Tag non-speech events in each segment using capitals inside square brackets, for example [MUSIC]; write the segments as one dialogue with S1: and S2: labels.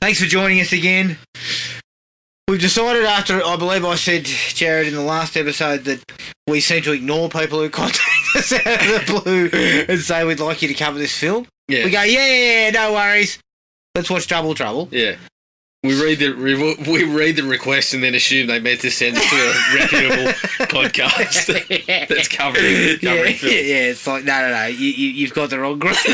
S1: thanks for joining us again. We've decided after, I believe I said, Jared, in the last episode, that we seem to ignore people who contact [LAUGHS] us out of the blue and say we'd like you to cover this film.
S2: Yeah.
S1: We go, yeah, yeah, yeah, no worries. Let's watch Double
S2: [LAUGHS]
S1: Trouble.
S2: yeah. We read the we, [LAUGHS] we read the request and then assume they meant to send it to
S1: [LAUGHS]
S2: a reputable podcast
S1: yeah.
S2: that's covering
S1: [LAUGHS]
S2: covering
S1: yeah,
S2: film.
S1: yeah, it's like no, no, no. You, you, you've got the wrong group. [LAUGHS]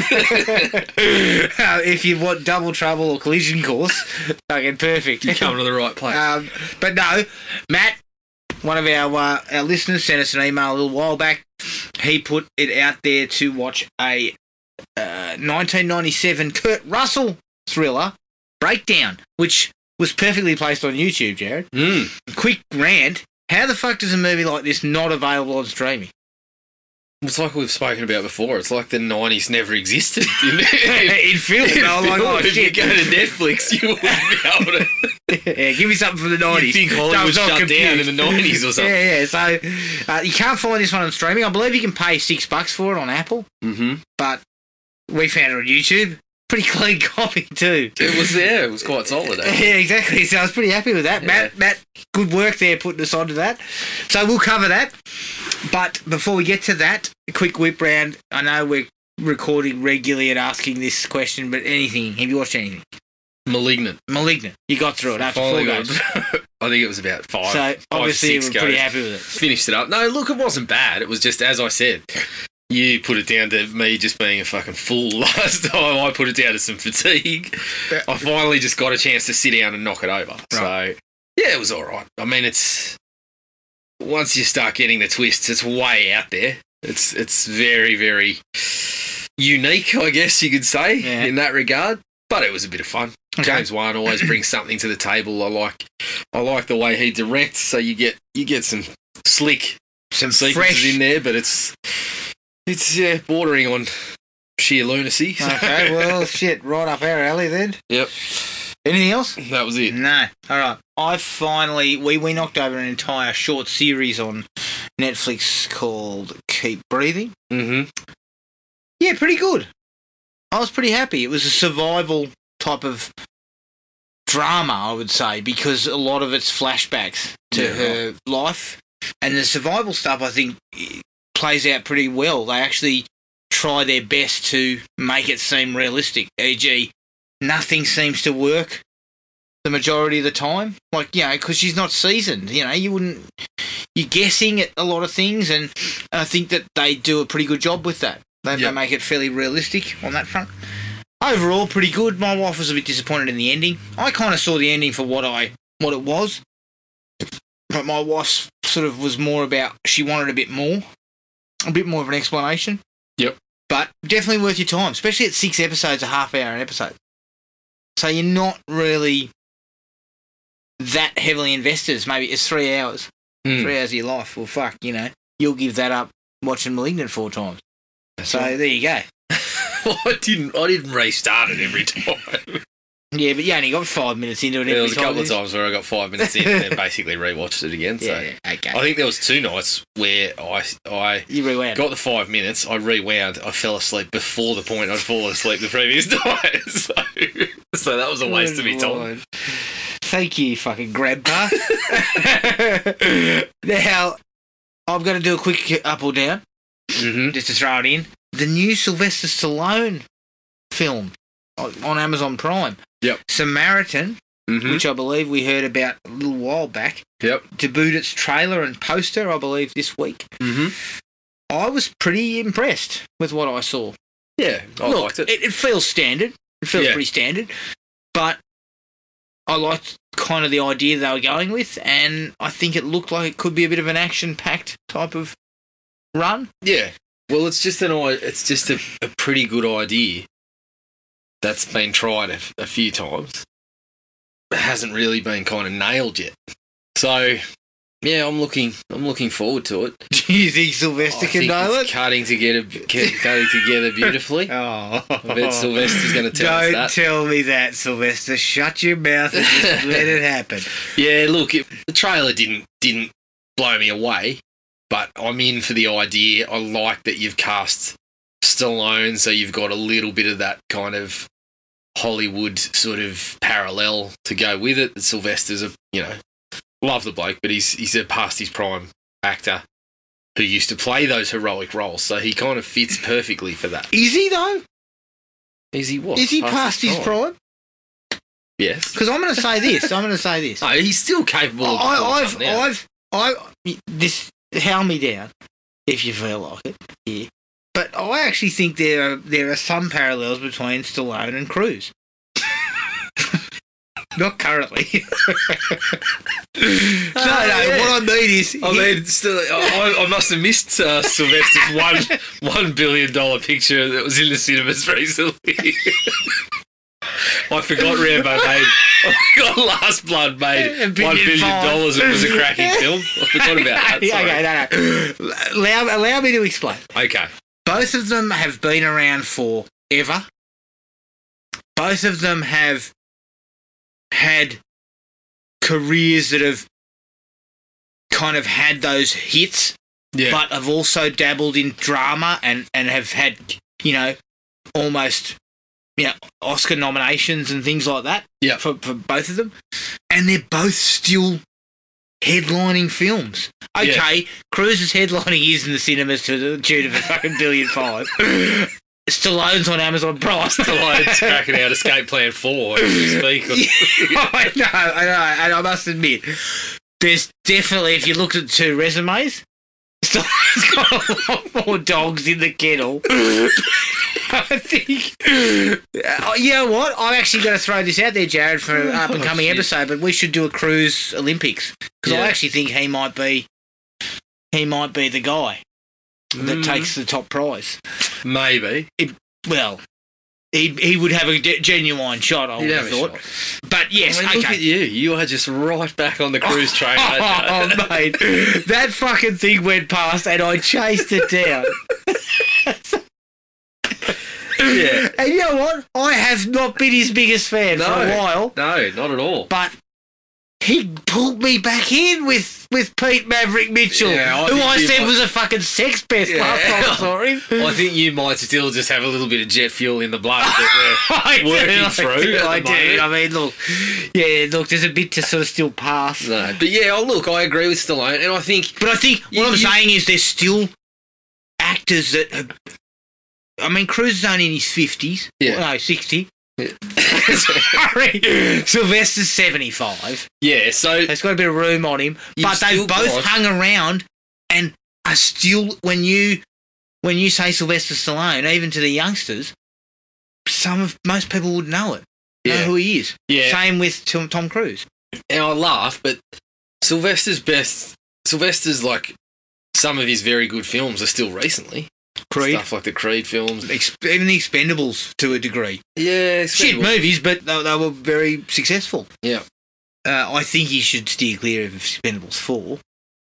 S1: Uh, if you want double trouble or collision course, [LAUGHS] fucking perfect. [LAUGHS]
S2: You come to the right place.
S1: Um, but no, Matt, one of our uh, our listeners sent us an email a little while back. He put it out there to watch a uh, 1997 Kurt Russell thriller breakdown, which was perfectly placed on YouTube. Jared,
S2: Mm.
S1: quick rant. How the fuck does a movie like this not available on streaming?
S2: It's like we've spoken about before. It's like the nineties never existed. [LAUGHS]
S1: [LAUGHS]
S2: In, in,
S1: in film, [LAUGHS] they were like, oh
S2: if
S1: shit,
S2: you go to Netflix, you wouldn't be able
S1: [LAUGHS]
S2: to.
S1: yeah, give me something from the
S2: You
S1: nineties.
S2: think Hollywood shut down in the nineties or
S1: [LAUGHS]
S2: something?
S1: Yeah, yeah. So uh, you can't find this one on streaming. I believe you can pay six bucks for it on Apple,
S2: Mm-hmm.
S1: but we found it on YouTube. Pretty [LAUGHS] clean copy too.
S2: It was there. It was quite solid.
S1: [LAUGHS] Yeah, [LAUGHS]
S2: eh?
S1: exactly. So I was pretty happy with that.
S2: Yeah.
S1: Matt, Matt, good work there putting us onto that. So we'll cover that. But before we get to that, a quick whip round. I know we're recording regularly and asking this question, but anything? Have you watched anything?
S2: Malignant.
S1: Malignant. You got through it after four
S2: Finally got-
S1: [LAUGHS] goes.
S2: I think it [LAUGHS] was about five.
S1: So obviously
S2: six
S1: we're pretty
S2: goes.
S1: happy with it.
S2: Finished it up. No, look, it wasn't bad. It was just as I said. You put it down to me just being a fucking fool [LAUGHS] last time. I put it down to some fatigue. I finally just got a chance to sit down and knock it over. So yeah, it was all right. I mean, it's once you start getting the twists, it's way out there. It's it's very very unique, I guess you could say
S1: Yeah.
S2: in that regard. But it was a bit of fun.
S1: Okay.
S2: James Wan always
S1: [CLEARS THROAT]
S2: brings something to the table. I like I like the way he directs, so you get you get some slick
S1: Some
S2: sequences in there, but it's it's yeah, bordering on sheer lunacy. [LAUGHS] so-
S1: [LAUGHS] okay, well, shit, right up our alley then.
S2: Yep.
S1: Anything else?
S2: that was it.
S1: No. All right. I finally we we knocked over an entire short series on Netflix called Keep Breathing.
S2: Mm-hmm.
S1: Yeah, pretty good. I was pretty happy. It was a survival type of drama, I would say, because a lot of it's flashbacks to
S2: Yeah.
S1: her life. And the survival stuff, I think, eh, plays out pretty well. They actually try their best to make it seem realistic, e.g., nothing seems to work the majority of the time. Like, you know, because she's not seasoned, you know, you wouldn't. You're guessing at a lot of things, and I think that they do a pretty good job with that. They,
S2: Yeah.
S1: they make it fairly realistic on that front. Overall, pretty good. My wife was a bit disappointed in the ending. I kind of saw the ending for what I what it was, but my wife sort of was more about she wanted a bit more, a bit more of an explanation.
S2: Yep.
S1: But definitely worth your time, especially at six episodes, a half hour an episode. So you're not really that heavily invested. It's Maybe it's three hours
S2: Hmm.
S1: three hours of your life. Well, fuck, you know, you'll give that up watching Malignant four times. So there you go.
S2: [LAUGHS] I didn't I didn't restart it
S1: [LAUGHS]
S2: every time.
S1: Yeah, but you only got five minutes into it.
S2: there
S1: every
S2: was a
S1: time,
S2: couple of
S1: didn't
S2: times where I got five minutes in and
S1: [LAUGHS]
S2: then basically rewatched it again.
S1: you?
S2: So
S1: Yeah, yeah, okay.
S2: I think there was two nights where I I
S1: you rewound.
S2: Got the five minutes. I rewound. I fell asleep before the point I'd fallen asleep the previous [LAUGHS] night. So, so that was a waste of
S1: [LAUGHS]
S2: me time. [LAUGHS]
S1: Lord. Thank you, fucking grandpa. now, I'm going to do a quick up or down
S2: Mm-hmm.
S1: just to throw it in. The new Sylvester Stallone film on on Amazon Prime.
S2: Yep.
S1: Samaritan,
S2: Mm-hmm.
S1: which I believe we heard about a little while back.
S2: Yep.
S1: debuted its trailer and poster, I believe, this week.
S2: Mm-hmm.
S1: I was pretty impressed with what I saw.
S2: Yeah, I
S1: Look,
S2: liked it.
S1: It, feels standard. It feels
S2: Yeah.
S1: pretty standard, but I liked kind of the idea they were going with, and I think it looked like it could be a bit of an action-packed type of
S2: [LAUGHS]
S1: run.
S2: Yeah. Well, it's just an i- it's just a, a pretty good idea that's been tried a, f- a few times. It hasn't really been kind of nailed yet. So, yeah, I'm looking I'm looking forward to it.
S1: Do you think
S2: I
S1: Sylvester
S2: think it's cutting together cutting together beautifully.
S1: [LAUGHS] Oh,
S2: I bet Sylvester's going to tell us
S1: Don't
S2: that.
S1: tell me that, Sylvester. Shut your mouth and
S2: [LAUGHS]
S1: just let it happen.
S2: Yeah, look, it, the trailer didn't didn't blow me away, but I'm in for the idea. I like that you've cast Stallone, so you've got a little bit of that kind of Hollywood sort of parallel to go with it. Sylvester's a you know love the bloke, but he's he's a past his prime actor who used to play those heroic roles, so he kind of fits perfectly for that.
S1: Is he though?
S2: Is he what?
S1: Is he past his prime?
S2: Yes.
S1: Because I'm going to say this. I'm going to say this.
S2: No, he's still capable. Of
S1: I,
S2: pulling
S1: I've,
S2: something out.
S1: I've, I, this, howl me down if you feel like it. Yeah. But I actually think there are, there are some parallels between Stallone and Cruz. [LAUGHS] Not currently. [LAUGHS]
S2: [LAUGHS]
S1: no, no.
S2: yeah.
S1: What I mean is,
S2: I mean, Oh, still, oh, I, I must have missed uh, Sylvester's [LAUGHS] one one billion dollar picture that was in the cinemas recently. [LAUGHS] I forgot Rambo [LAUGHS] made. I forgot Last Blood made
S1: A
S2: one
S1: billion
S2: billion
S1: five.
S2: dollars. It was a [LAUGHS] cracking film. I
S1: [LAUGHS]
S2: forgot about that.
S1: Yeah,
S2: Sorry.
S1: okay, no, no. Allow, allow me to explain.
S2: Okay.
S1: Both of them have been around forever. Both of them have had careers that have kind of had those hits,
S2: Yeah.
S1: but have also dabbled in drama and, and have had, you know, almost you know, Oscar nominations and things like that
S2: Yeah.
S1: for, for both of them. And they're both still headlining films.
S2: Yeah.
S1: Okay, Cruz is headlining is in the cinemas to the tune of a fucking billion
S2: [LAUGHS]
S1: five. Stallone's on Amazon Prime.
S2: Stallone's cracking out Escape Plan Four as [LAUGHS] we speak.
S1: [LAUGHS] Oh, I know, I know, and I must admit, there's definitely, if you looked at two resumes, [LAUGHS] Stallone's got a lot more dogs in the kennel. [LAUGHS] I think. Uh, you know what? I'm actually going to throw this out there, Jared, for an up and coming
S2: Oh, shit.
S1: episode, but we should do a Cruise Olympics because
S2: Yeah.
S1: I actually think he might be. He might be the guy that
S2: Mm,
S1: takes the top prize.
S2: maybe.
S1: Well, he he would have a de- genuine shot. I would
S2: You'd
S1: have
S2: a
S1: thought.
S2: shot.
S1: But yes,
S2: I mean, Look
S1: okay.
S2: at you. You are just right back on the cruise [LAUGHS] train.
S1: [LAUGHS] Oh,
S2: aren't you?
S1: mate,
S2: [LAUGHS]
S1: that fucking thing went past and I chased it down.
S2: yeah.
S1: And you know what? I have not been his biggest fan for a
S2: No.
S1: while,
S2: No, not at all.
S1: but he pulled me back in with, with Pete Maverick Mitchell,
S2: Yeah, I
S1: who
S2: think
S1: I
S2: you
S1: said
S2: might-
S1: was a fucking sex pest
S2: Yeah.
S1: last time
S2: [LAUGHS]
S1: I saw him.
S2: I think you might still just have a little bit of jet fuel in the
S1: [LAUGHS]
S2: blood that we're working through. at the
S1: I do. I
S2: moment.
S1: mean, look, yeah, look, there's a bit to sort of still pass.
S2: No, but yeah, oh, look, I agree with Stallone, and I think [LAUGHS]
S1: But I think what
S2: You-
S1: I'm
S2: you-
S1: saying is there's still actors that. Have, I mean, Cruz is only in his 50s.
S2: Yeah.
S1: No, 60. Sorry. Sylvester's 75.
S2: yeah. So
S1: There's got a bit of room on him.
S2: You've
S1: but they've
S2: still
S1: both
S2: got-
S1: hung around and are still, when you when you say Sylvester Stallone, even to the youngsters, some of most people would know it. Know
S2: yeah,
S1: who he is.
S2: yeah,
S1: Same with Tom, Tom Cruise.
S2: and I laugh, but Sylvester's best, Sylvester's like some of his very good films are still recently stuff like the Creed films.
S1: Ex- even the Expendables to a degree.
S2: Yeah,
S1: shit
S2: Expendables.
S1: movies, but they, they were very successful.
S2: Yeah.
S1: Uh, I think you should steer clear of Expendables 4,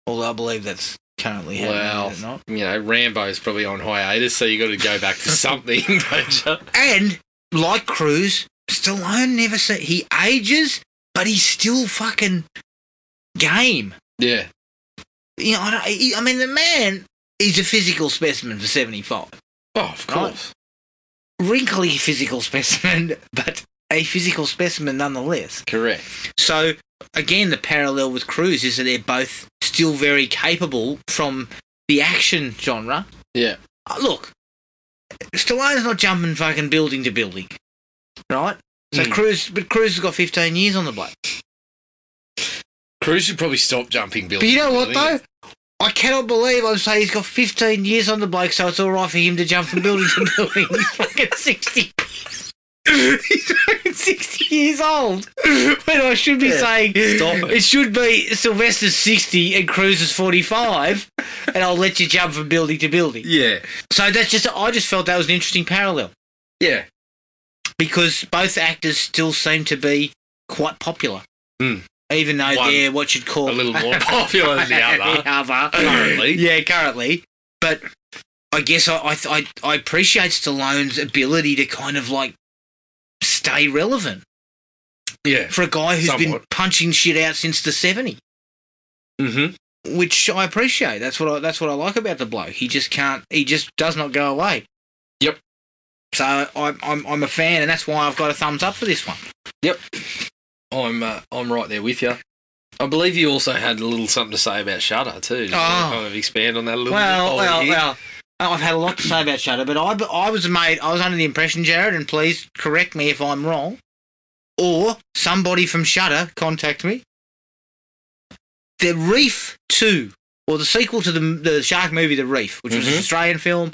S1: although I believe that's currently happening.
S2: Wow.
S1: is it not?
S2: You know, Rambo's probably on hiatus, so you got to go
S1: [LAUGHS]
S2: back to something, [LAUGHS] don't you?
S1: And, like Cruz, Stallone never said he ages, but he's still fucking game.
S2: Yeah,
S1: You know, I, don't, he, I mean, the man is a physical specimen for 75.
S2: oh, of course.
S1: Wrinkly physical specimen, [LAUGHS] but a physical specimen nonetheless.
S2: Correct.
S1: So again, the parallel with Cruise is that they're both still very capable from the action genre.
S2: Yeah.
S1: Uh, Look, Stallone's not jumping fucking building to building, right? So
S2: Mm.
S1: Cruise, but Cruise has got 15 years on the block.
S2: Cruz should probably stop jumping
S1: But
S2: buildings.
S1: you know what
S2: buildings.
S1: though? I cannot believe I'm saying he's got 15 years on the bloke, so it's all right for him to jump from building to building. He's fucking 60. He's fucking 60 years old. When I should be
S2: Yeah,
S1: saying
S2: stop it.
S1: it should be Sylvester's 60 and Cruz is 45, and I'll let you jump from building to building.
S2: Yeah.
S1: So that's just, I just felt that was an interesting parallel
S2: Yeah.
S1: because both actors still seem to be quite popular.
S2: Hmm.
S1: Even though
S2: One-
S1: they're what you'd call
S2: A little more [LAUGHS] popular than the
S1: [LAUGHS]
S2: [LAUGHS] other.
S1: other.
S2: Currently.
S1: [LAUGHS] Yeah, currently. But I guess I, I I I appreciate Stallone's ability to kind of like stay relevant
S2: Yeah.
S1: for a guy who's been
S2: Somewhat.
S1: punching shit out since the 70s,
S2: Mm-hmm.
S1: which I appreciate. That's what I that's what I like about the bloke. He just can't he just does not go away.
S2: Yep.
S1: So I'm, I'm, I'm a fan, and that's why I've got a thumbs up for this one.
S2: I'm uh, I'm right there with you. I believe you also had a little something to say about Shutter too. Just wanna
S1: Oh.
S2: kind of expand on that a little
S1: Well,
S2: bit.
S1: well,
S2: here.
S1: well. Oh, I've had a lot to say about Shutter, but I, I was made. I was under the impression, Jared, and please correct me if I'm wrong, or somebody from Shutter contact me. The Reef Two, or the sequel to the the shark movie, The Reef, which was an
S2: Mhm.
S1: Australian film,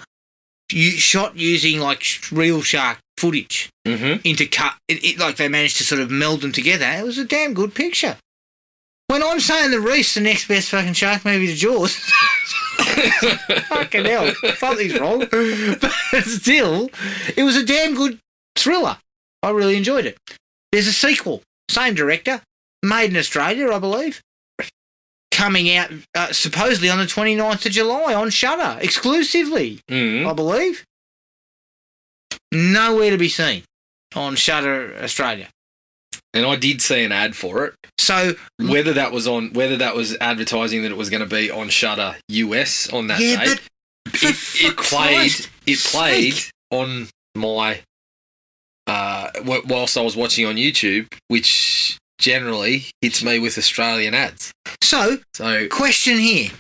S1: you, shot using like sh- real shark footage
S2: Mhm.
S1: into cut. It, it like they managed to sort of meld them together. It was a damn good picture. When I'm saying The Reef's the next best fucking shark movie to Jaws.
S2: Mm-hmm. [LAUGHS]
S1: Fucking hell, something's wrong. But still, it was a damn good thriller. I really enjoyed it. There's a sequel, same director, made in Australia, I believe, coming out uh, supposedly on the 29th of July on Shudder, exclusively,
S2: Mhm.
S1: I believe. Nowhere to be seen on Shudder Australia.
S2: And I did see an ad for it.
S1: So
S2: Whether that was on whether that was advertising that it was going to be on Shutter US on that
S1: Yeah,
S2: day.
S1: for
S2: it, it
S1: fuck's
S2: played
S1: sake.
S2: it played
S1: sake.
S2: on my uh wh- whilst I was watching on YouTube, which generally hits me with Australian ads.
S1: so
S2: So
S1: Question here.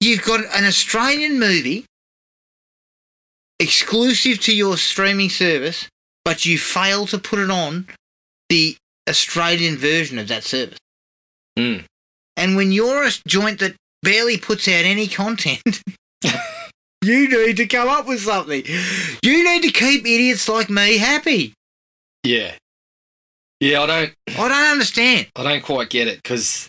S1: You've got an Australian movie exclusive to your streaming service, but you fail to put it on the Australian version of that service.
S2: Mm.
S1: And when you're a joint that barely puts out any content, [LAUGHS] you need to come up with something. You need to keep idiots like me happy.
S2: yeah. Yeah, I don't
S1: I don't understand.
S2: I don't quite get it cuz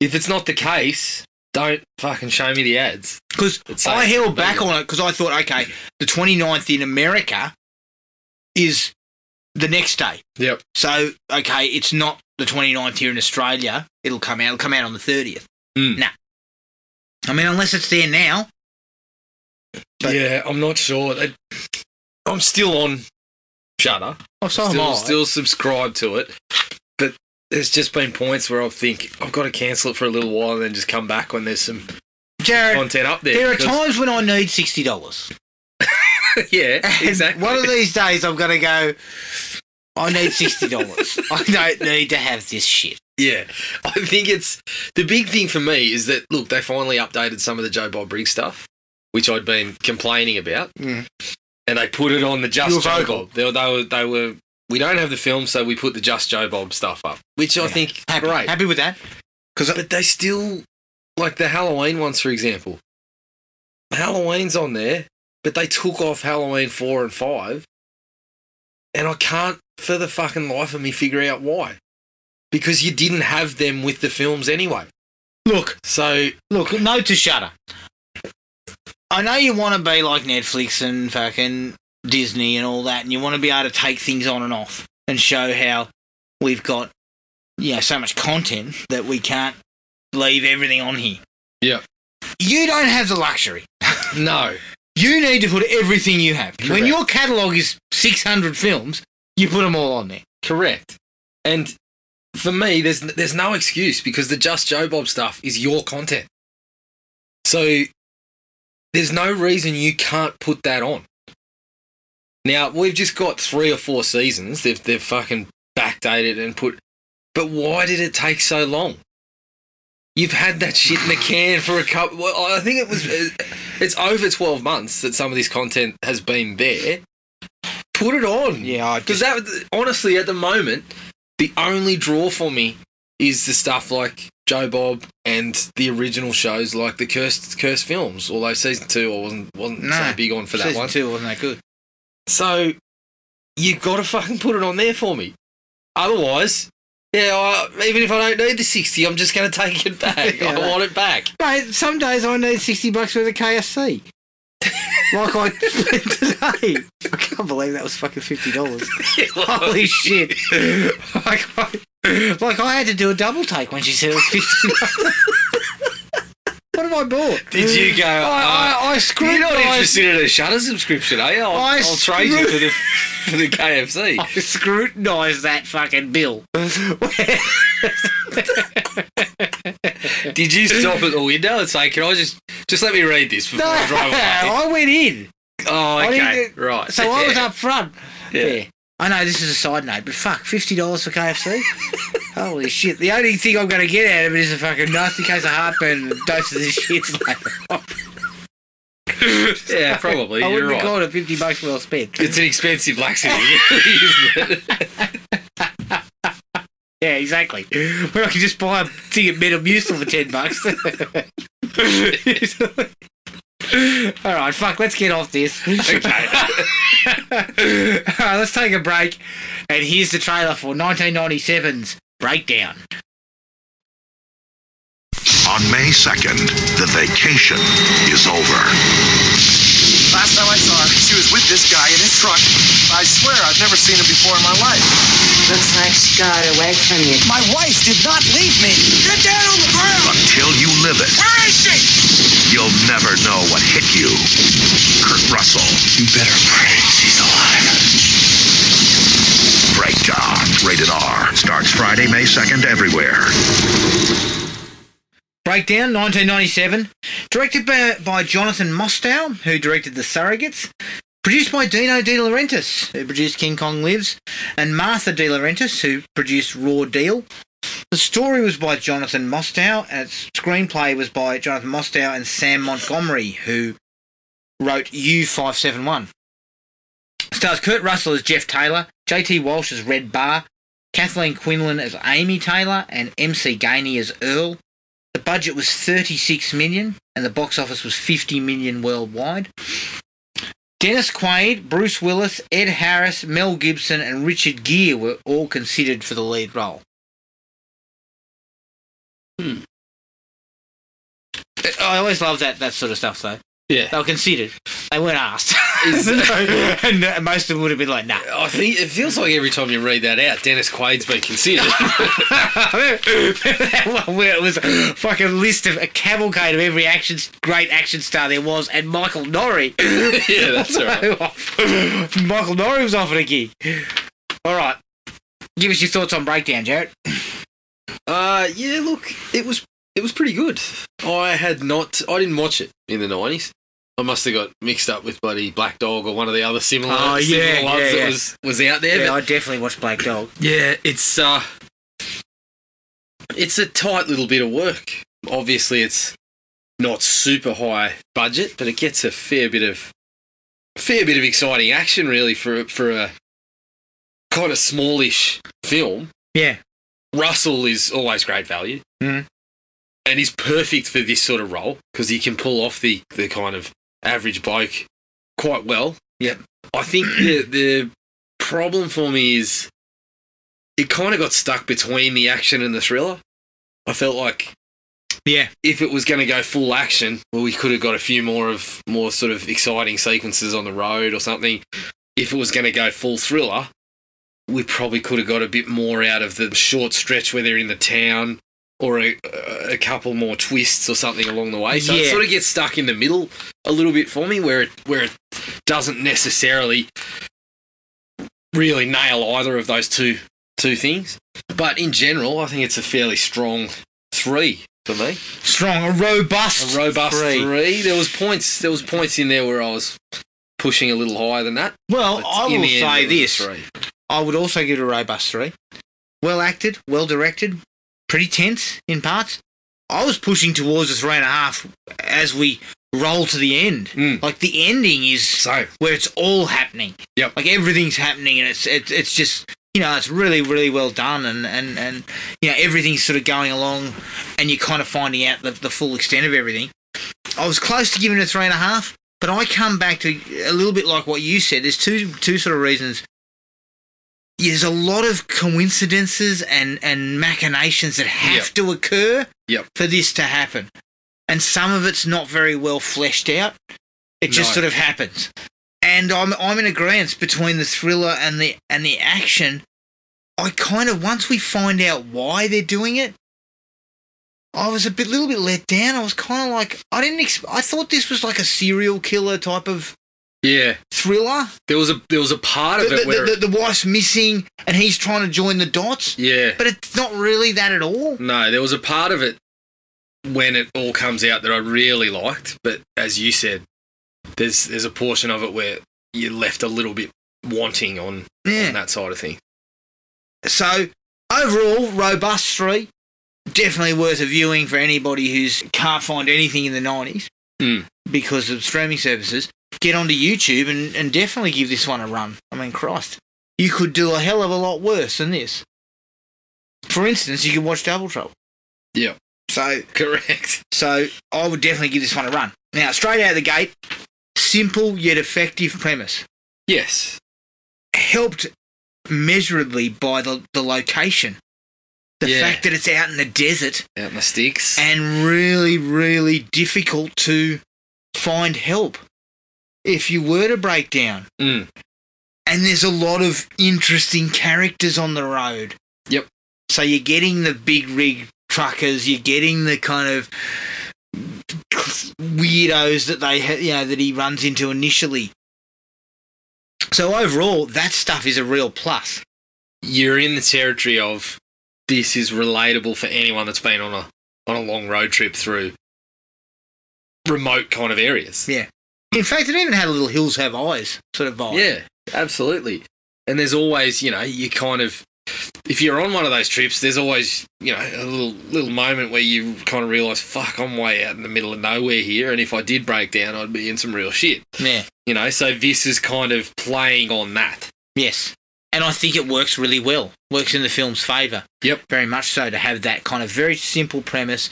S2: if it's not the case, don't fucking show me the ads.
S1: Because
S2: It's
S1: I
S2: like-
S1: held back on it because I thought, okay, the 29th in America is the next day.
S2: Yep.
S1: So, okay, it's not the 29th here in Australia. It'll come out. It'll come out on the 30th.
S2: Mm.
S1: Nah. I mean, unless it's there now. But-
S2: yeah, I'm not sure. They- I'm still on Shutter.
S1: Oh, so
S2: still,
S1: am I.
S2: still subscribe to it. But there's just been points where I think I've got to cancel it for a little while and then just come back when there's some
S1: Jared,
S2: content up there.
S1: there
S2: [LAUGHS]
S1: are
S2: because-
S1: times when I need $60.
S2: [LAUGHS] yeah,
S1: And
S2: exactly.
S1: One of these days, I'm going to go, I need
S2: [LAUGHS]
S1: $60. I don't need to have this shit.
S2: yeah, [LAUGHS] I think it's the big thing for me is that look, they finally updated some of the Joe Bob Briggs stuff, which I'd been complaining about,
S1: Mm.
S2: and they put it on the Just
S1: You were
S2: Joe
S1: vocal.
S2: Bob. They, were- they were they were we don't have the film, so we put the Just Joe Bob stuff up, which I
S1: Yeah.
S2: think
S1: Happy,
S2: great.
S1: happy with that?
S2: But they still, like the Halloween ones, for example. Halloween's on there, but they took off Halloween 4 and 5. And I can't, for the fucking life of me, figure out why. Because you didn't have them with the films anyway.
S1: Look,
S2: So,
S1: Look, no to Shutter. I know you want to be like Netflix and fucking Disney and all that, and you want to be able to take things on and off and show how we've got, you know, so much content that we can't leave everything on here.
S2: Yeah.
S1: You don't have the luxury.
S2: no.
S1: You need to put everything you have. When
S2: Correct.
S1: your catalogue is 600 films, you put them all on there.
S2: Correct. And for me, there's there's no excuse because the Just Joe Bob stuff is your content. So there's no reason you can't put that on. Now we've just got three or four seasons. They've they've fucking backdated and put. But why did it take so long? You've had that shit in the can for a couple. Well, I think it was. It's over twelve months that some of this content has been there. Put it on.
S1: Yeah, I
S2: Because that, honestly, at the moment, the only draw for me is the stuff like Joe Bob and the original shows like the cursed cursed films. Although season two, I wasn't wasn't
S1: No.
S2: so big on for that
S1: Season
S2: one.
S1: two wasn't that good.
S2: So you've got to fucking put it on there for me. Otherwise, yeah, I, even if I don't need the sixty, I'm just going to take it
S1: [LAUGHS]
S2: back.
S1: Yeah.
S2: I want it back. [LAUGHS]
S1: Mate, some days I need 60 bucks worth of KFC. like [LAUGHS] I spent today. I can't believe that was fucking $50. Holy shit. Like I, like I had to do a double take when she said it was 50 [LAUGHS] What have I bought?
S2: Did you go?
S1: I,
S2: "Oh,
S1: I, I
S2: you're not
S1: scrutinised.
S2: interested in a Shutter subscription, eh? I'll,
S1: I
S2: I'll trade you
S1: screw-
S2: for the [LAUGHS] for
S1: [LAUGHS]
S2: the KFC.
S1: I scrutinised that fucking [LAUGHS] bill.
S2: Did you stop at the window and say, "Can I just just let me read this before
S1: No,
S2: [LAUGHS] I drive away"?
S1: I went in.
S2: Oh,
S1: I
S2: okay.
S1: didn't
S2: Right.
S1: So I was up front.
S2: Yeah.
S1: Yeah. I know this is a side note, but fuck, fifty dollars for KFC.
S2: [LAUGHS]
S1: Holy shit! The only thing I'm gonna get out of it is a fucking nasty case of heartburn and a dose of this shit later.
S2: [LAUGHS] yeah, probably.
S1: I
S2: You're
S1: wouldn't
S2: right.
S1: have called it fifty bucks well spent.
S2: It's an expensive laxative, [LAUGHS] isn't it?
S1: Yeah, exactly. Well, I can just buy a thing of Metal Musil for ten bucks. [LAUGHS] All right, fuck. Let's get off this.
S2: okay.
S1: [LAUGHS] All right, let's take a break. And here's the trailer for 1997's Breakdown.
S3: On May 2nd, the vacation is over.
S4: Last time I saw her, she was with this guy in his truck. I swear I've never seen her before in my life.
S5: Looks like she got away from you.
S4: My wife did not leave me. Get down on the ground!
S3: Until you live it,
S4: Where is she?
S3: you'll never know what hit you. Kurt Russell. You better pray she's alive. Breakdown. Rated R. Starts Friday, May 2nd, everywhere.
S1: Breakdown 1997, directed by, by Jonathan Mostow, who directed The Surrogates. Produced by Dino De Laurentiis, who produced King Kong Lives, and Martha De Laurentiis, who produced Raw Deal. The story was by Jonathan Mostow, and its screenplay was by Jonathan Mostow and Sam Montgomery, who wrote U571. Stars Kurt Russell as Jeff Taylor, JT Walsh as Red Bar, Kathleen Quinlan as Amy Taylor, and MC Gainey as Earl. The budget was 36 million, and the box office was 50 million worldwide. Dennis Quaid, Bruce Willis, Ed Harris, Mel Gibson, and Richard Gere were all considered for the lead role.
S2: Hmm.
S1: I always love that that sort of stuff, though. They
S2: Yeah.
S1: were considered. They weren't asked.
S2: Is-
S1: [LAUGHS] and uh, most of them would have been like, nah.
S2: I think it feels like every time you read that out, Dennis Quaid's been [LAUGHS] considered.
S1: [LAUGHS] Where it was a fucking list of a cavalcade of every action great action star there was, and Michael Norrie. [LAUGHS]
S2: yeah, that's all right.
S1: Michael Norrie was offered a gig. All right, give us your thoughts on Breakdown, Jared.
S2: Uh, yeah. Look, it was it was pretty good. I had not. I didn't watch it in the nineties. I must have got mixed up with bloody Black Dog or one of the other similar,
S1: Oh,
S2: similar
S1: yeah,
S2: ones
S1: yeah,
S2: that
S1: yeah.
S2: was was out there. but-
S1: I definitely watched Black Dog.
S2: Yeah, it's uh it's a tight little bit of work. Obviously it's not super high budget, but it gets a fair bit of fair bit of exciting action really for for a kind of smallish film.
S1: Yeah,
S2: Russell is always great value.
S1: Mhm.
S2: And he's perfect for this sort of role because he can pull off the, the kind of average bloke quite well.
S1: Yep.
S2: I think the, the problem for me is it kind of got stuck between the action and the thriller. I felt like
S1: yeah,
S2: if it was going to go full action, well, we could have got a few more of more sort of exciting sequences on the road or something. If it was going to go full thriller, we probably could have got a bit more out of the short stretch where they're in the town or a, a couple more twists or something along the way. So it
S1: Yeah.
S2: sort of gets stuck in the middle a little bit for me where it, where it doesn't necessarily really nail either of those two two things. But in general, I think it's a fairly strong three for me
S1: strong, a robust,
S2: a robust
S1: three.
S2: three. There was points. There was points in there where I was pushing a little higher than that.
S1: Well,
S2: but
S1: I
S2: in
S1: will
S2: the end,
S1: say
S2: it was a
S1: this.
S2: three.
S1: I would also give it a robust three. Well acted, well directed, pretty tense in parts. I was pushing towards a three and a half as we roll to the end.
S2: Mm.
S1: Like the ending is
S2: So
S1: where it's all happening.
S2: Yep.
S1: Like everything's happening, and it's it's it's just you know it's really really well done, and and and you know everything's sort of going along, and you're kind of finding out the, the full extent of everything. I was close to giving it a three and a half, but I come back to a little bit like what you said. There's two two sort of reasons. There's a lot of coincidences and and machinations that have
S2: Yep.
S1: to occur
S2: Yep.
S1: for this to happen, and some of it's not very well fleshed out. It just
S2: No.
S1: sort of happens. And I'm I'm in agreement between the thriller and the and the action. I kind of once we find out why they're doing it, I was a bit little bit let down. I was kind of like I didn't ex- I thought this was like a serial killer type of
S2: yeah,
S1: thriller.
S2: there was a there was a part
S1: The,
S2: of it where
S1: the, the, the wife's missing and he's trying to join the dots,
S2: yeah,
S1: but it's not really that at all.
S2: no, there was a part of it when it all comes out that I really liked, but as you said, there's there's a portion of it where you're left a little bit wanting on,
S1: Yeah.
S2: on that side of things.
S1: So overall, robust three, definitely worth a viewing for anybody who's can't find anything in the nineties
S2: Mm.
S1: because of streaming services. Get onto YouTube and, and definitely give this one a run. I mean, Christ, you could do a hell of a lot worse than this. For instance, you could watch Double Trouble.
S2: Yeah.
S1: So
S2: [LAUGHS] Correct.
S1: so I would definitely give this one a run. Now, straight out of the gate, simple yet effective premise
S2: Yes.
S1: helped measurably by the, the location. The
S2: Yeah.
S1: fact that it's out in the desert
S2: Out in the sticks.
S1: and really, really difficult to find help if you were to break down.
S2: Mm.
S1: And there's a lot of interesting characters on the road.
S2: Yep.
S1: So you're getting the big rig truckers, you're getting the kind of weirdos that they ha- you know that he runs into initially. So overall, that stuff is a real plus.
S2: You're in the territory of this is relatable for anyone that's been on a on a long road trip through remote kind of areas.
S1: In fact, it even had a little hills have eyes sort of vibe.
S2: Yeah, absolutely. And there's always, you know, you kind of if you're on one of those trips, there's always, you know, a little little moment where you kind of realise, fuck, I'm way out in the middle of nowhere here, and if I did break down, I'd be in some real shit.
S1: Yeah.
S2: You know, so this is kind of playing on that.
S1: Yes. And I think it works really well. Works in the film's favour.
S2: Yep.
S1: Very much so to have that kind of very simple premise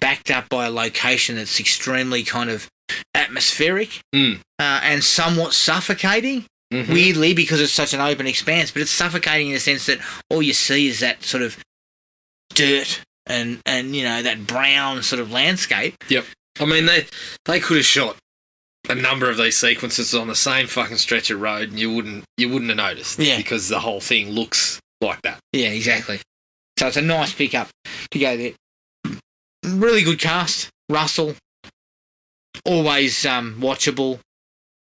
S1: backed up by a location that's extremely kind of atmospheric
S2: Mm.
S1: uh, and somewhat suffocating.
S2: Mhm.
S1: Weirdly, because it's such an open expanse, but it's suffocating in the sense that all you see is that sort of dirt and, and you know, that brown sort of landscape.
S2: I mean, they they could have shot a number of these sequences on the same fucking stretch of road, and you wouldn't you wouldn't have noticed.
S1: Yeah.
S2: because the whole thing looks like that.
S1: Yeah, exactly. So it's a nice pickup to go there. Really good cast. Russell, always um, watchable.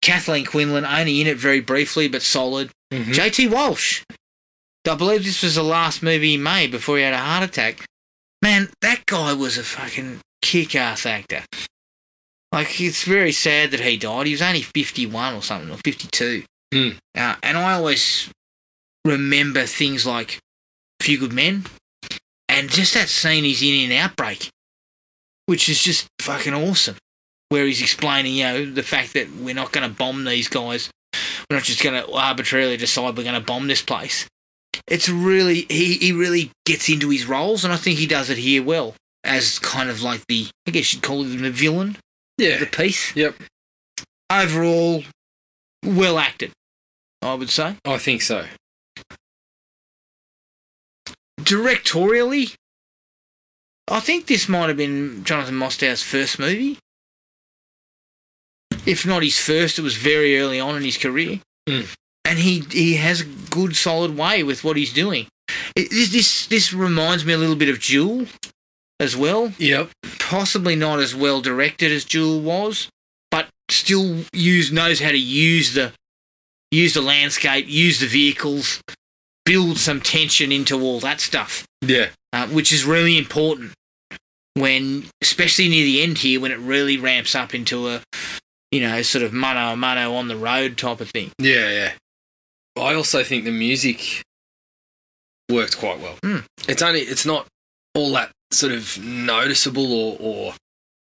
S1: Kathleen Quinlan, only in it very briefly, but solid.
S2: Mm-hmm.
S1: JT Walsh. I believe this was the last movie he made before he had a heart attack. Man, that guy was a fucking kick ass actor. Like, it's very sad that he died. He was only 51 or something, or 52.
S2: Hmm.
S1: Uh, and I always remember things like Few Good Men and just that scene he's in in Outbreak, which is just fucking awesome. Where he's explaining, you know, the fact that we're not going to bomb these guys we're not just going to arbitrarily decide we're going to bomb this place. It's really he, he really gets into his roles, and I think he does it here well as kind of like the I guess you'd call him the villain of
S2: Yeah,
S1: the piece.
S2: Yep.
S1: Overall, well acted, I would say.
S2: I think so.
S1: Directorially, I think this might have been Jonathan Mostow's first movie. If not his first, it was very early on in his career.
S2: Mm.
S1: And he he has a good solid way with what he's doing. It, this, this this reminds me a little bit of Jewel as well.
S2: Yep.
S1: Possibly not as well directed as Jewel was, but still use knows how to use the use the landscape, use the vehicles, build some tension into all that stuff
S2: Yeah.
S1: uh, which is really important when, especially near the end here, when it really ramps up into a, you know, sort of mano a mano on the road type of thing.
S2: Yeah. Yeah. I also think the music worked quite well.
S1: Mm.
S2: It's only it's not all that sort of noticeable or, or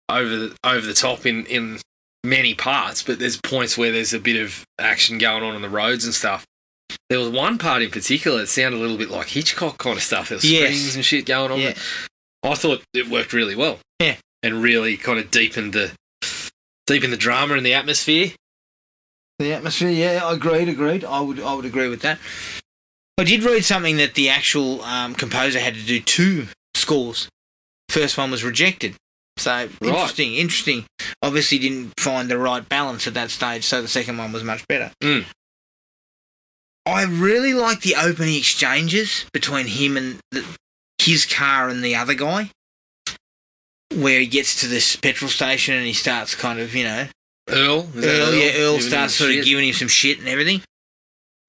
S2: over the, over the top in in many parts, but there's points where there's a bit of action going on on the roads and stuff. There was one part in particular that sounded a little bit like Hitchcock kind of stuff. There was
S1: Yes.
S2: springs and shit going on.
S1: Yeah.
S2: I thought it worked really well.
S1: Yeah.
S2: and really kind of deepened the deepened the drama and the atmosphere.
S1: The atmosphere, yeah, agreed, agreed. I would, I would agree with that. I did read something that the actual um, composer had to do two scores. First one was rejected. So interesting, interesting. Obviously, didn't find the right balance at that stage, so the second one was much better.
S2: Mm.
S1: I really like the opening exchanges between him and the, his car and the other guy, where he gets to this petrol station and he starts kind of, you know,
S2: Earl, is that
S1: Earl, yeah, Earl
S2: Giving him
S1: starts sort
S2: shit?
S1: of giving him some shit and everything.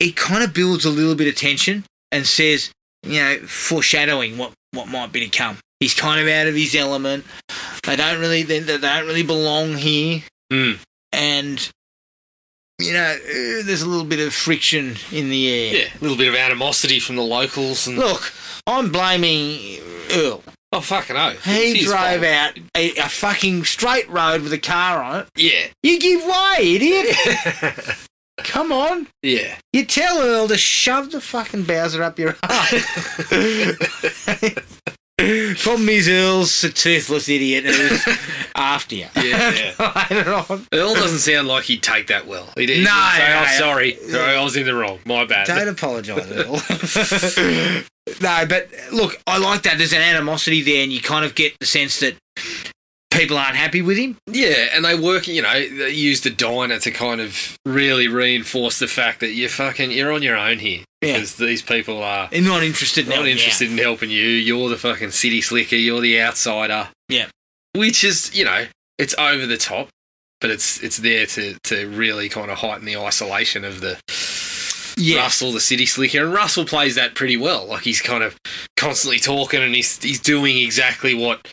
S1: It kind of builds a little bit of tension and says, you know, foreshadowing what, what might be to come. He's kind of out of his element. They don't really they, they don't really belong here.
S2: Mm.
S1: and you know, uh, there's a little bit of friction in the air.
S2: Yeah, a little bit of animosity from the locals and
S1: Look, I'm blaming Earl.
S2: oh fucking oh, it's
S1: He
S2: his
S1: drove
S2: fault.
S1: out a, a fucking straight road with a car on it.
S2: Yeah,
S1: You give way,
S2: [LAUGHS]
S1: idiot! Come on.
S2: yeah.
S1: You tell Earl to shove the fucking Bowser up your ass. [LAUGHS] Problem is, Earl's a toothless idiot who's [LAUGHS] after you. [LAUGHS]
S2: Yeah,
S1: Later on.
S2: Earl doesn't sound like he'd take that well. He did.
S1: No,
S2: He'd say,
S1: no,
S2: "Oh,
S1: no.
S2: sorry, sorry, I was in the wrong. My bad.
S1: Don't apologise, Earl. [LAUGHS] no, but look, I like that. There's an animosity there, and you kind of get the sense that people aren't happy with him.
S2: Yeah, and they work, you know, they use the diner to kind of really reinforce the fact that you're fucking, you're on your own here.
S1: Yeah.
S2: Because these people are
S1: They're not interested in
S2: not
S1: helping
S2: interested in helping you. You're the fucking city slicker. You're the outsider.
S1: Yeah.
S2: Which is, you know, it's over the top, but it's it's there to, to really kind of heighten the isolation of the
S1: out. Yeah.
S2: Russell, the city slicker, and Russell plays that pretty well. Like he's kind of constantly talking, and he's he's doing exactly what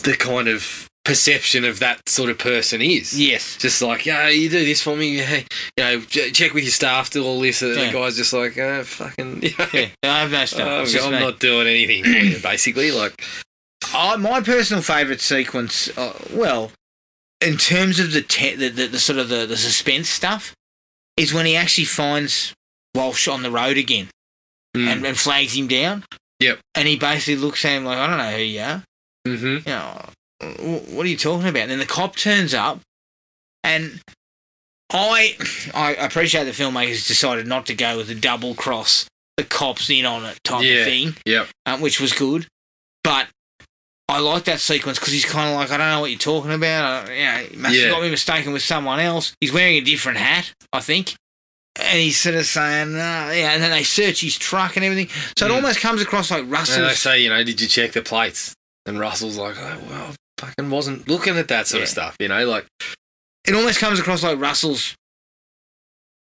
S2: the kind of perception of that sort of person is.
S1: Yes.
S2: Just like, yeah, you do this for me. Hey, you know, ch- check with your staff, do all this. And
S1: Yeah.
S2: The guy's just like, uh, fucking, [LAUGHS] you know,
S1: Yeah. I have no stuff.
S2: uh,
S1: It's just
S2: I'm
S1: me.
S2: not doing anything for [CLEARS THROAT] you, basically. Like,
S1: I, my personal favourite sequence, uh, well, in terms of the, te- the, the the sort of the, the suspense stuff, is when he actually finds Walsh on the road again
S2: Mm-hmm.
S1: and, and flags him down.
S2: Hmm. Yep.
S1: And he basically looks at him like, I don't know who you are.
S2: mm-hmm.
S1: You know, "Wh- what are you talking about? And then the cop turns up, and I I appreciate the filmmakers decided not to go with the double cross, the cops in on it type
S2: Yeah.
S1: of thing
S2: Yep.
S1: um, which was good. But I like that sequence because he's kind of like, I don't know what you're talking about. I, you know, he must
S2: Yeah.
S1: have got me mistaken with someone else. He's wearing a different hat, I think. And he's sort of saying, uh, yeah, and then they search his truck and everything. So it
S2: Mm.
S1: almost comes across like
S2: And they
S1: Russell's.
S2: say, you know, did you check the plates? And Russell's like, oh, well, fucking wasn't looking at that sort of
S1: Yeah.
S2: stuff. You know, like,
S1: It almost comes across like Russell's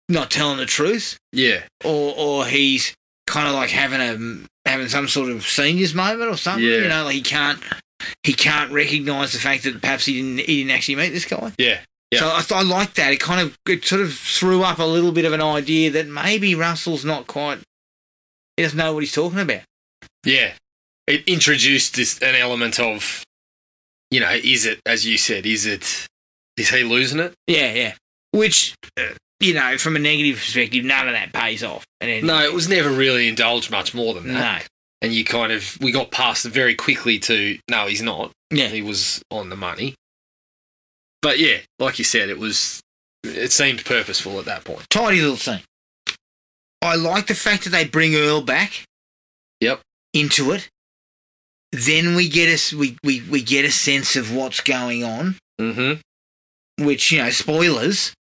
S1: not telling the truth,
S2: yeah.
S1: or or he's kind of like having a having some sort of seniors moment or something.
S2: Yeah.
S1: You know, like he can't he can't recognise the fact that perhaps he didn't he didn't actually meet this guy.
S2: Yeah. Yeah.
S1: So I, th- I like that. It kind of it sort of threw up a little bit of an idea that maybe Russell's not quite he doesn't know what he's talking about.
S2: Yeah. It introduced this an element of, you know, is it as you said, is it is he losing it?
S1: Yeah, yeah. Which uh, you know, from a negative perspective, none of that pays off. And it,
S2: No, it was never really indulged much more than that.
S1: no,
S2: And you kind of we got past it very quickly to no, he's not.
S1: yeah,
S2: He was on the money. But yeah, like you said, it was it seemed purposeful at that point.
S1: tidy little thing. I like the fact that they bring Earl back.
S2: Yep.
S1: Into it. Then we get us we, we we get a sense of what's going on.
S2: Mm-hmm.
S1: which you know spoilers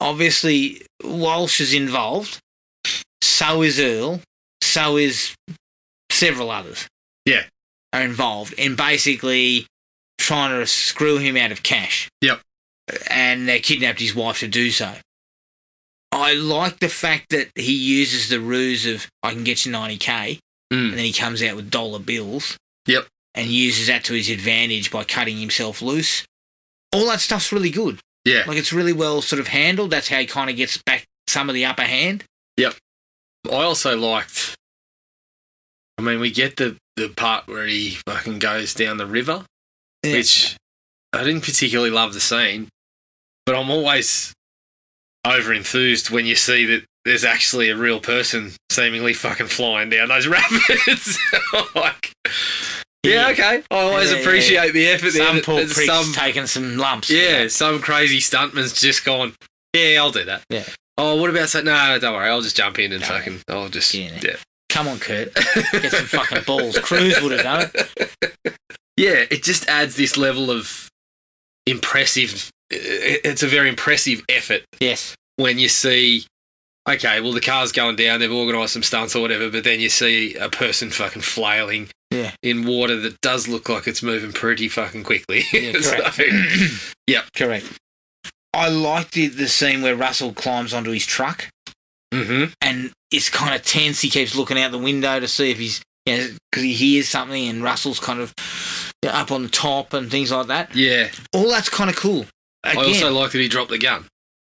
S1: obviously walsh is involved so is earl so is several others
S2: Yeah.
S1: are involved in basically trying to screw him out of cash
S2: Yep.
S1: and they kidnapped his wife to do so i like the fact that he uses the ruse of i can get you 90k and then he comes out with dollar bills
S2: Mm. Yep.
S1: and uses that to his advantage by cutting himself loose all that stuff's really good.
S2: Yeah.
S1: Like it's really well sort of handled. That's how he kind of gets back some of the upper hand.
S2: I also liked I mean, we get the the part where he fucking goes down the river. which I didn't particularly love the scene, but I'm always over enthused when you see that there's actually a real person seemingly fucking flying down those [LAUGHS] rapids. like, yeah, okay. I always
S1: Yeah, yeah,
S2: appreciate the effort there.
S1: some
S2: that-
S1: poor
S2: that
S1: prick's
S2: some-
S1: taking some lumps.
S2: yeah, some crazy stuntman's just gone, yeah, I'll do that.
S1: Yeah.
S2: Oh, what about that? No, no, don't worry. I'll just jump in and
S1: No.
S2: fucking, I'll just,
S1: Yeah, no.
S2: yeah.
S1: Come on,
S2: [LAUGHS]
S1: Kurt. Get some fucking balls. Cruz would have done it.
S2: Yeah, it just adds this level of impressive. it- It's a very impressive effort
S1: Yes.
S2: when you see, okay, well, the car's going down, they've organised some stunts or whatever, but then you see a person fucking flailing
S1: Yeah.
S2: in water that does look like it's moving pretty fucking quickly. [LAUGHS]
S1: Yeah, correct.
S2: So-
S1: Correct. I liked the, the scene where Russell climbs onto his truck
S2: Mhm.
S1: and it's kind of tense. He keeps looking out the window to see if he's, you know, because he hears something and Russell's kind of you know, up on the top and things like that.
S2: Yeah.
S1: All that's kind of cool. Again,
S2: I also like that he dropped the gun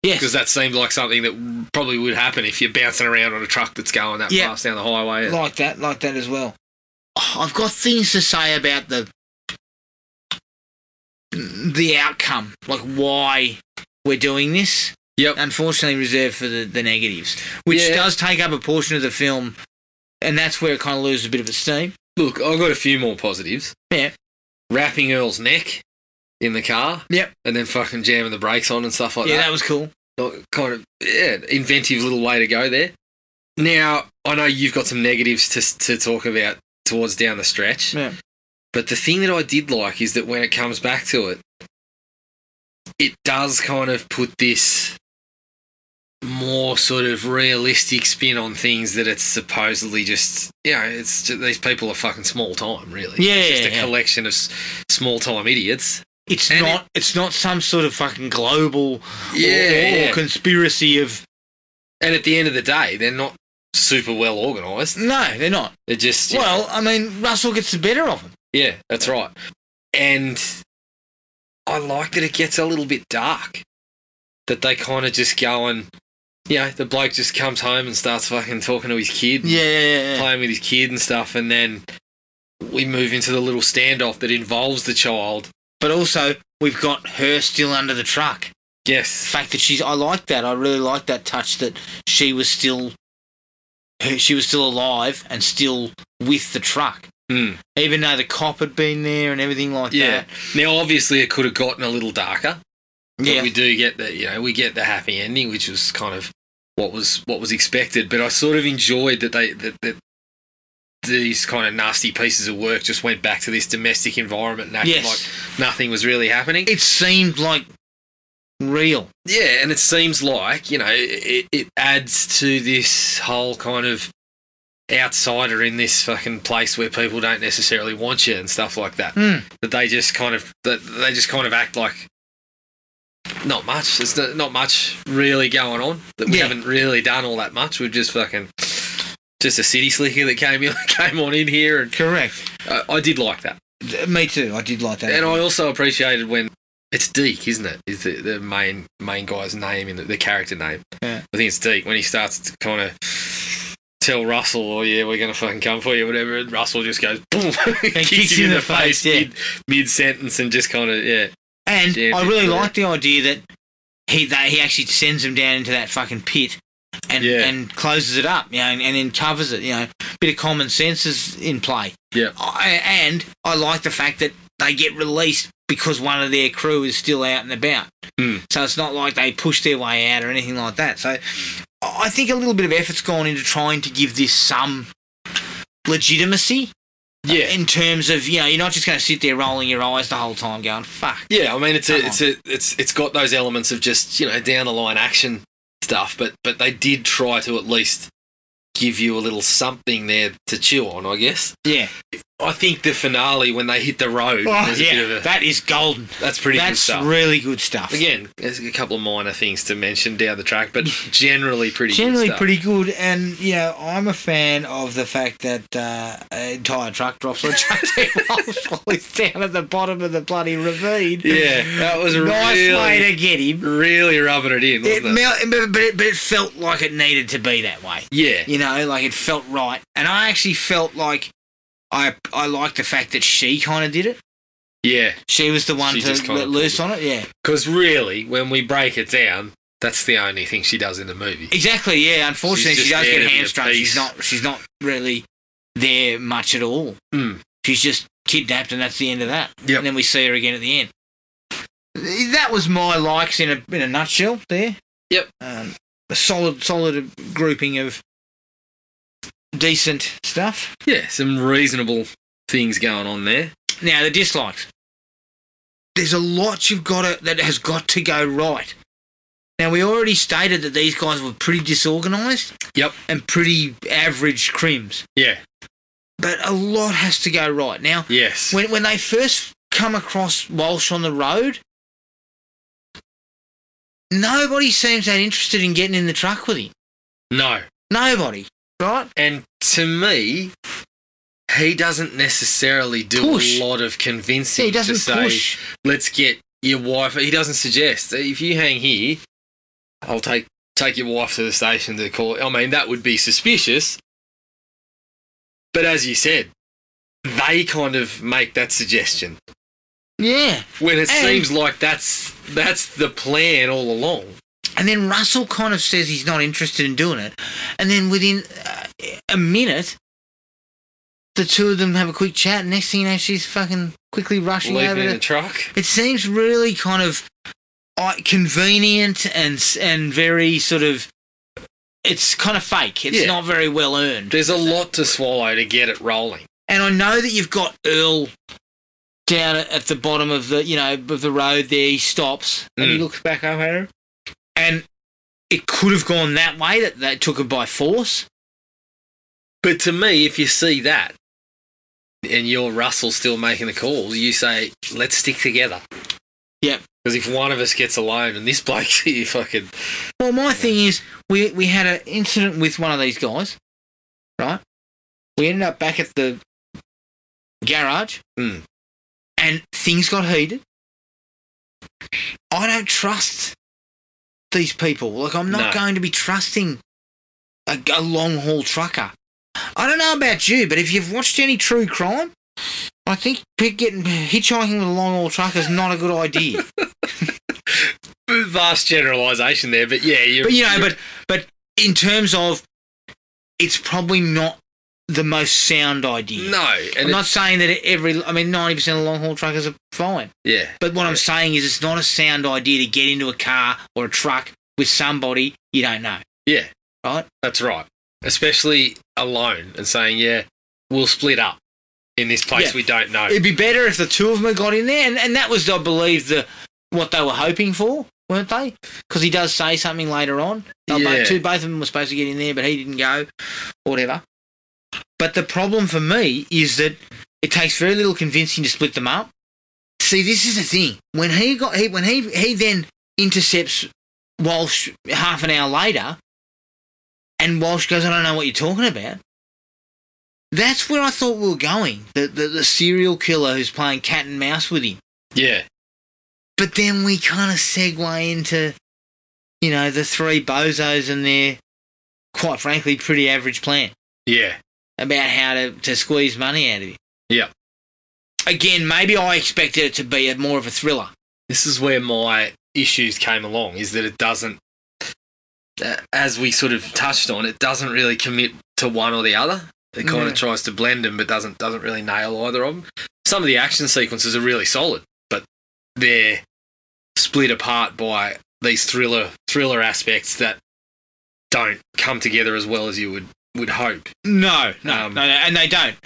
S1: yes.
S2: because that seemed like something that probably would happen if you're bouncing around on a truck that's going that
S1: Yeah.
S2: fast down the highway.
S1: like that, like that as well. Oh, I've got things to say about the the outcome, like why we're doing this.
S2: Yep.
S1: Unfortunately, reserved for the, the negatives, which
S2: Yeah.
S1: does take up a portion of the film, and that's where it kind of loses a bit of its steam.
S2: Look, I've got a few more positives.
S1: Yeah.
S2: Wrapping Earl's neck in the car.
S1: Yep.
S2: And then fucking jamming the brakes on and stuff like
S1: yeah,
S2: that.
S1: that was cool.
S2: Like, kind of yeah, inventive little way to go there. Now I know you've got some negatives to to talk about towards down the stretch,
S1: Yeah.
S2: but the thing that I did like is that when it comes back to it, it does kind of put this more sort of realistic spin on things that it's supposedly just you know it's just, these people are fucking small time really
S1: Yeah,
S2: it's just
S1: yeah,
S2: a
S1: yeah.
S2: collection of s- small time idiots
S1: It's
S2: And
S1: not. it's not some sort of fucking global or, or conspiracy of.
S2: And at the end of the day, they're not super well organised.
S1: No, they're not.
S2: They're just you
S1: Well,
S2: know,
S1: I mean, Russell gets the better of them.
S2: yeah, that's right. And I like that it gets a little bit dark. That they kind of just go and you know the bloke just comes home and starts fucking talking to his kid, and
S1: Yeah, yeah, yeah.
S2: playing with his kid and stuff, and then we move into the little standoff that involves the child.
S1: But also, we've got her still under the truck. The
S2: Yes,
S1: fact that she's, I like that. I really like that touch that she was still, her- she was still alive and still with the truck,
S2: Hmm.
S1: even though the cop had been there and everything like
S2: yeah.
S1: that.
S2: Now obviously it could have gotten a little darker. But
S1: Yeah,
S2: we do get the you know we get the happy ending, which was kind of what was what was expected. But I sort of enjoyed that they that, that these kind of nasty pieces of work just went back to this domestic environment and acted
S1: Yes.
S2: like nothing was really happening.
S1: it seemed like real.
S2: yeah, and it seems like you know it, it adds to this whole kind of outsider in this fucking place where people don't necessarily want you and stuff like that.
S1: Hmm.
S2: That they just kind of that they just kind of act like not much. There's no- not much really going on. That we
S1: Yeah.
S2: haven't really done all that much. We've just fucking just a city slicker that came in, [LAUGHS] came on in here, and
S1: Correct.
S2: I, I did like that.
S1: Th- Me too. I did like that.
S2: And I also appreciated when it's Deke, isn't it? Is the, the main main guy's name in the, the character name?
S1: Yeah.
S2: I think it's Deke when he starts to kind of tell Russell, "Oh yeah, we're gonna fucking come for you," whatever. And Russell just goes [LAUGHS] boom, kicks, him in the, face, Uh,
S1: yeah.
S2: mid, mid sentence, and just kind of yeah,
S1: And
S2: Yeah,
S1: I
S2: it's
S1: really
S2: correct.
S1: like the idea that he that he actually sends him down into that fucking pit and
S2: Yeah.
S1: and closes it up, you know, and, and then covers it. You know, bit of common sense is in play.
S2: Yeah.
S1: I, and I like the fact that they get released because one of their crew is still out and about.
S2: Mm.
S1: So it's not like they push their way out or anything like that. So I I think a little bit of effort's gone into trying to give this some legitimacy
S2: yeah.
S1: in terms of you know you're not just going to sit there rolling your eyes the whole time going fuck
S2: Yeah, I mean it's a,
S1: Come
S2: it's a, it's it's got those elements of just you know down the line action stuff, but but they did try to at least give you a little something there to chew on, I guess.
S1: yeah
S2: I think the finale when they hit the road,
S1: Oh,
S2: there's a bit
S1: yeah,
S2: of a,
S1: that is golden.
S2: that's pretty good
S1: That's
S2: stuff.
S1: really good stuff.
S2: Again, there's a couple of minor things to mention down the track,
S1: [LAUGHS]
S2: but generally pretty
S1: Generally
S2: good stuff.
S1: pretty good, and you know I'm a fan of the fact that uh, an entire truck drops on
S2: [LAUGHS]
S1: Jose Rolls while he's down at the bottom of the bloody ravine.
S2: yeah, that was
S1: nice
S2: really
S1: way to get him.
S2: really rubbing it in,
S1: It
S2: wasn't it?
S1: mel- but, but it, but it felt like it needed to be that way.
S2: yeah,
S1: You know, like it felt right, and I actually felt like I I liked the fact that she kind of did it.
S2: yeah.
S1: She was the one
S2: She just
S1: to
S2: kinda
S1: let loose on it. Yeah,
S2: Because really, when we break it down, that's the only thing she does in the movie.
S1: Exactly. Yeah. Unfortunately,
S2: She's
S1: she
S2: just
S1: does
S2: there to
S1: get
S2: be a
S1: hamstrung.
S2: piece.
S1: She's not. She's not really there much at all.
S2: Mm.
S1: She's just kidnapped, and that's the end of that.
S2: Yep.
S1: And then we see her again at the end. That was my likes in a in a nutshell. There.
S2: Yep.
S1: Um, a solid solid grouping of decent stuff.
S2: Yeah, some reasonable things going on there.
S1: Now the dislikes. There's a lot you've got to, that has got to go right. Now we already stated that these guys were pretty disorganised.
S2: Yep.
S1: And pretty average crims,
S2: Yeah.
S1: but a lot has to go right. Now
S2: Yes.
S1: when when they first come across Walsh on the road, nobody seems that interested in getting in the truck with him.
S2: no.
S1: Nobody, right?
S2: And to me, he doesn't necessarily do
S1: Push.
S2: a lot of convincing
S1: He doesn't
S2: to say,
S1: push.
S2: let's get your wife. He doesn't suggest if you hang here, I'll take take your wife to the station to call. I mean, that would be suspicious. But as you said, they kind of make that suggestion
S1: Yeah.
S2: when it
S1: And-
S2: seems like that's that's the plan all along.
S1: And then Russell kind of says he's not interested in doing it. And then within uh, a minute, the two of them have a quick chat. And next thing you know, she's fucking quickly rushing
S2: Leaving
S1: over
S2: in
S1: to.
S2: the truck.
S1: it seems really kind of uh, convenient and and very sort of. It's kind of fake. It's
S2: Yeah.
S1: not very well earned.
S2: There's a lot to swallow to get it rolling.
S1: And I know that you've got Earl down at the bottom of the you know of the road there. He stops and he
S2: Mm.
S1: looks back over at him. And it could have gone that way. That they took it by force.
S2: But to me, if you see that and you're Russell still making the calls, you say, let's stick together.
S1: Yep.
S2: Because if one of us gets alone and this [LAUGHS] bloke here fucking.
S1: Well, my thing is, we we had an incident with one of these guys, right? We ended up back at the garage,
S2: Mm.
S1: and things got heated. I don't trust these people. Like, I'm not
S2: No.
S1: going to be trusting a, a long haul trucker. I don't know about you, but if you've watched any true crime, I think pick- getting hitchhiking with a long haul trucker is not a good idea.
S2: Vast generalisation there, but yeah, you're.
S1: but you know, but but in terms of, it's probably not the most sound idea.
S2: [LAUGHS] No.
S1: I'm
S2: And
S1: not
S2: it-
S1: saying that every. I mean, ninety percent of long haul truckers are fine.
S2: yeah.
S1: But what I'm saying is, it's not a sound idea to get into a car or a truck with somebody you don't know.
S2: Yeah.
S1: Right.
S2: That's right. Especially alone and saying, yeah, we'll split up in this place
S1: Yeah.
S2: we don't know.
S1: It'd be better if the two of them had got in there, and, and that was, I believe, the what they were hoping for, weren't they? Because he does say something later on. They were
S2: Yeah.
S1: Both, two, both of them were supposed to get in there, but he didn't go, or whatever. But the problem for me is that it takes very little convincing to split them up. See, this is the thing. When he got he when he he then intercepts Walsh half an hour later, and Walsh goes, "I don't know what you're talking about." That's where I thought we were going. The the, the serial killer who's playing cat and mouse with him.
S2: yeah.
S1: But then we kind of segue into, you know, the three bozos and their, quite frankly, pretty average plan
S2: Yeah.
S1: about how to, to squeeze money out of you.
S2: Yeah.
S1: Again, maybe I expected it to be a, more of a thriller.
S2: this is where my issues came along is that it doesn't uh, as we sort of touched on it doesn't really commit to one or the other it kind
S1: Yeah.
S2: of tries to blend them but doesn't doesn't really nail either of them some of the action sequences are really solid but they're split apart by these thriller thriller aspects that don't come together as well as you would would hope
S1: No,
S2: no, no,
S1: and they don't.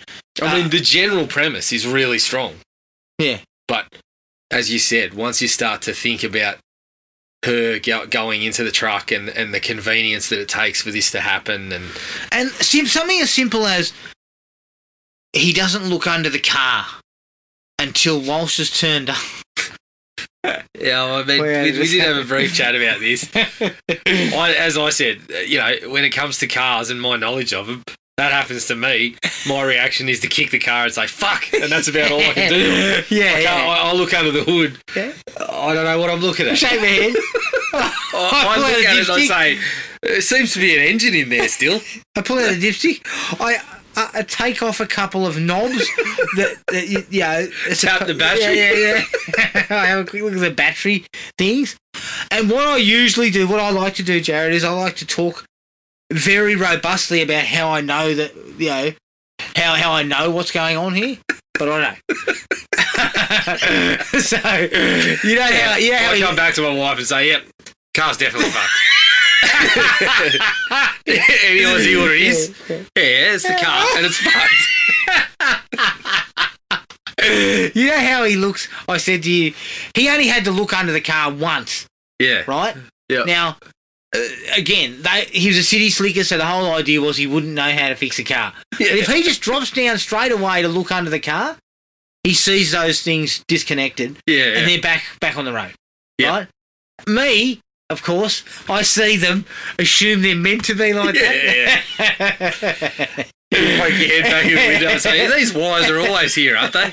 S2: i
S1: Ah.
S2: mean the general premise is really strong
S1: Yeah.
S2: But as you said, once you start to think about her go- going into the truck and, and the convenience that it takes for this to happen, and
S1: And sim- something as simple as he doesn't look under the car until Walsh has turned up.
S2: yeah, I mean,
S1: Well, yeah,
S2: we, we
S1: just-
S2: did have a
S1: [LAUGHS]
S2: brief chat about this. I, as I said, uh, you know, when it comes to cars and my knowledge of them, that happens to me. My reaction is to kick the car and say "fuck," and that's about all I can do.
S1: [LAUGHS] Yeah,
S2: I, can't-
S1: yeah.
S2: I, I look under the hood.
S1: Yeah.
S2: I don't know what I'm looking at. I,
S1: Shake my head.
S2: Oh, I
S1: pull out
S2: look
S1: Oh, a
S2: at it and
S1: dipstick.
S2: I say, "There seems to be an engine in
S1: [LAUGHS]
S2: there still."
S1: I pull out a dipstick. I, I, I take off a couple of
S2: [LAUGHS]
S1: knobs that, that you, you know, it's a
S2: Tap
S1: cou-
S2: the battery.
S1: Yeah, yeah. yeah. [LAUGHS] I have a quick look at the battery things. And what I usually do, what I like to do, Jared, is I like to talk very robustly about how I know that you know how how I know what's going on here, but I don't. [LAUGHS] so you know how you know how
S2: I
S1: he-
S2: come back to my wife and say, "Yep, car's
S1: [LAUGHS]
S2: definitely fucked." [LAUGHS] Any Aussie order is, yeah, it's the car and it's fucked.
S1: you know how he looks. I said to you, he only had to look under the car once,
S2: Yeah,
S1: right?
S2: Yeah.
S1: Now, uh, again, they, he was a city slicker, so the whole idea was he wouldn't know how to fix a car. But if he just drops down straight away to look under the car, he sees those things disconnected,
S2: yeah,
S1: and they're back back on the road,
S2: Yeah.
S1: right? Me, of course, I see them, assume they're meant to be like
S2: yeah, yeah.
S1: [LAUGHS] that.
S2: You poke your head back in the window and say, These wires are always here, aren't they?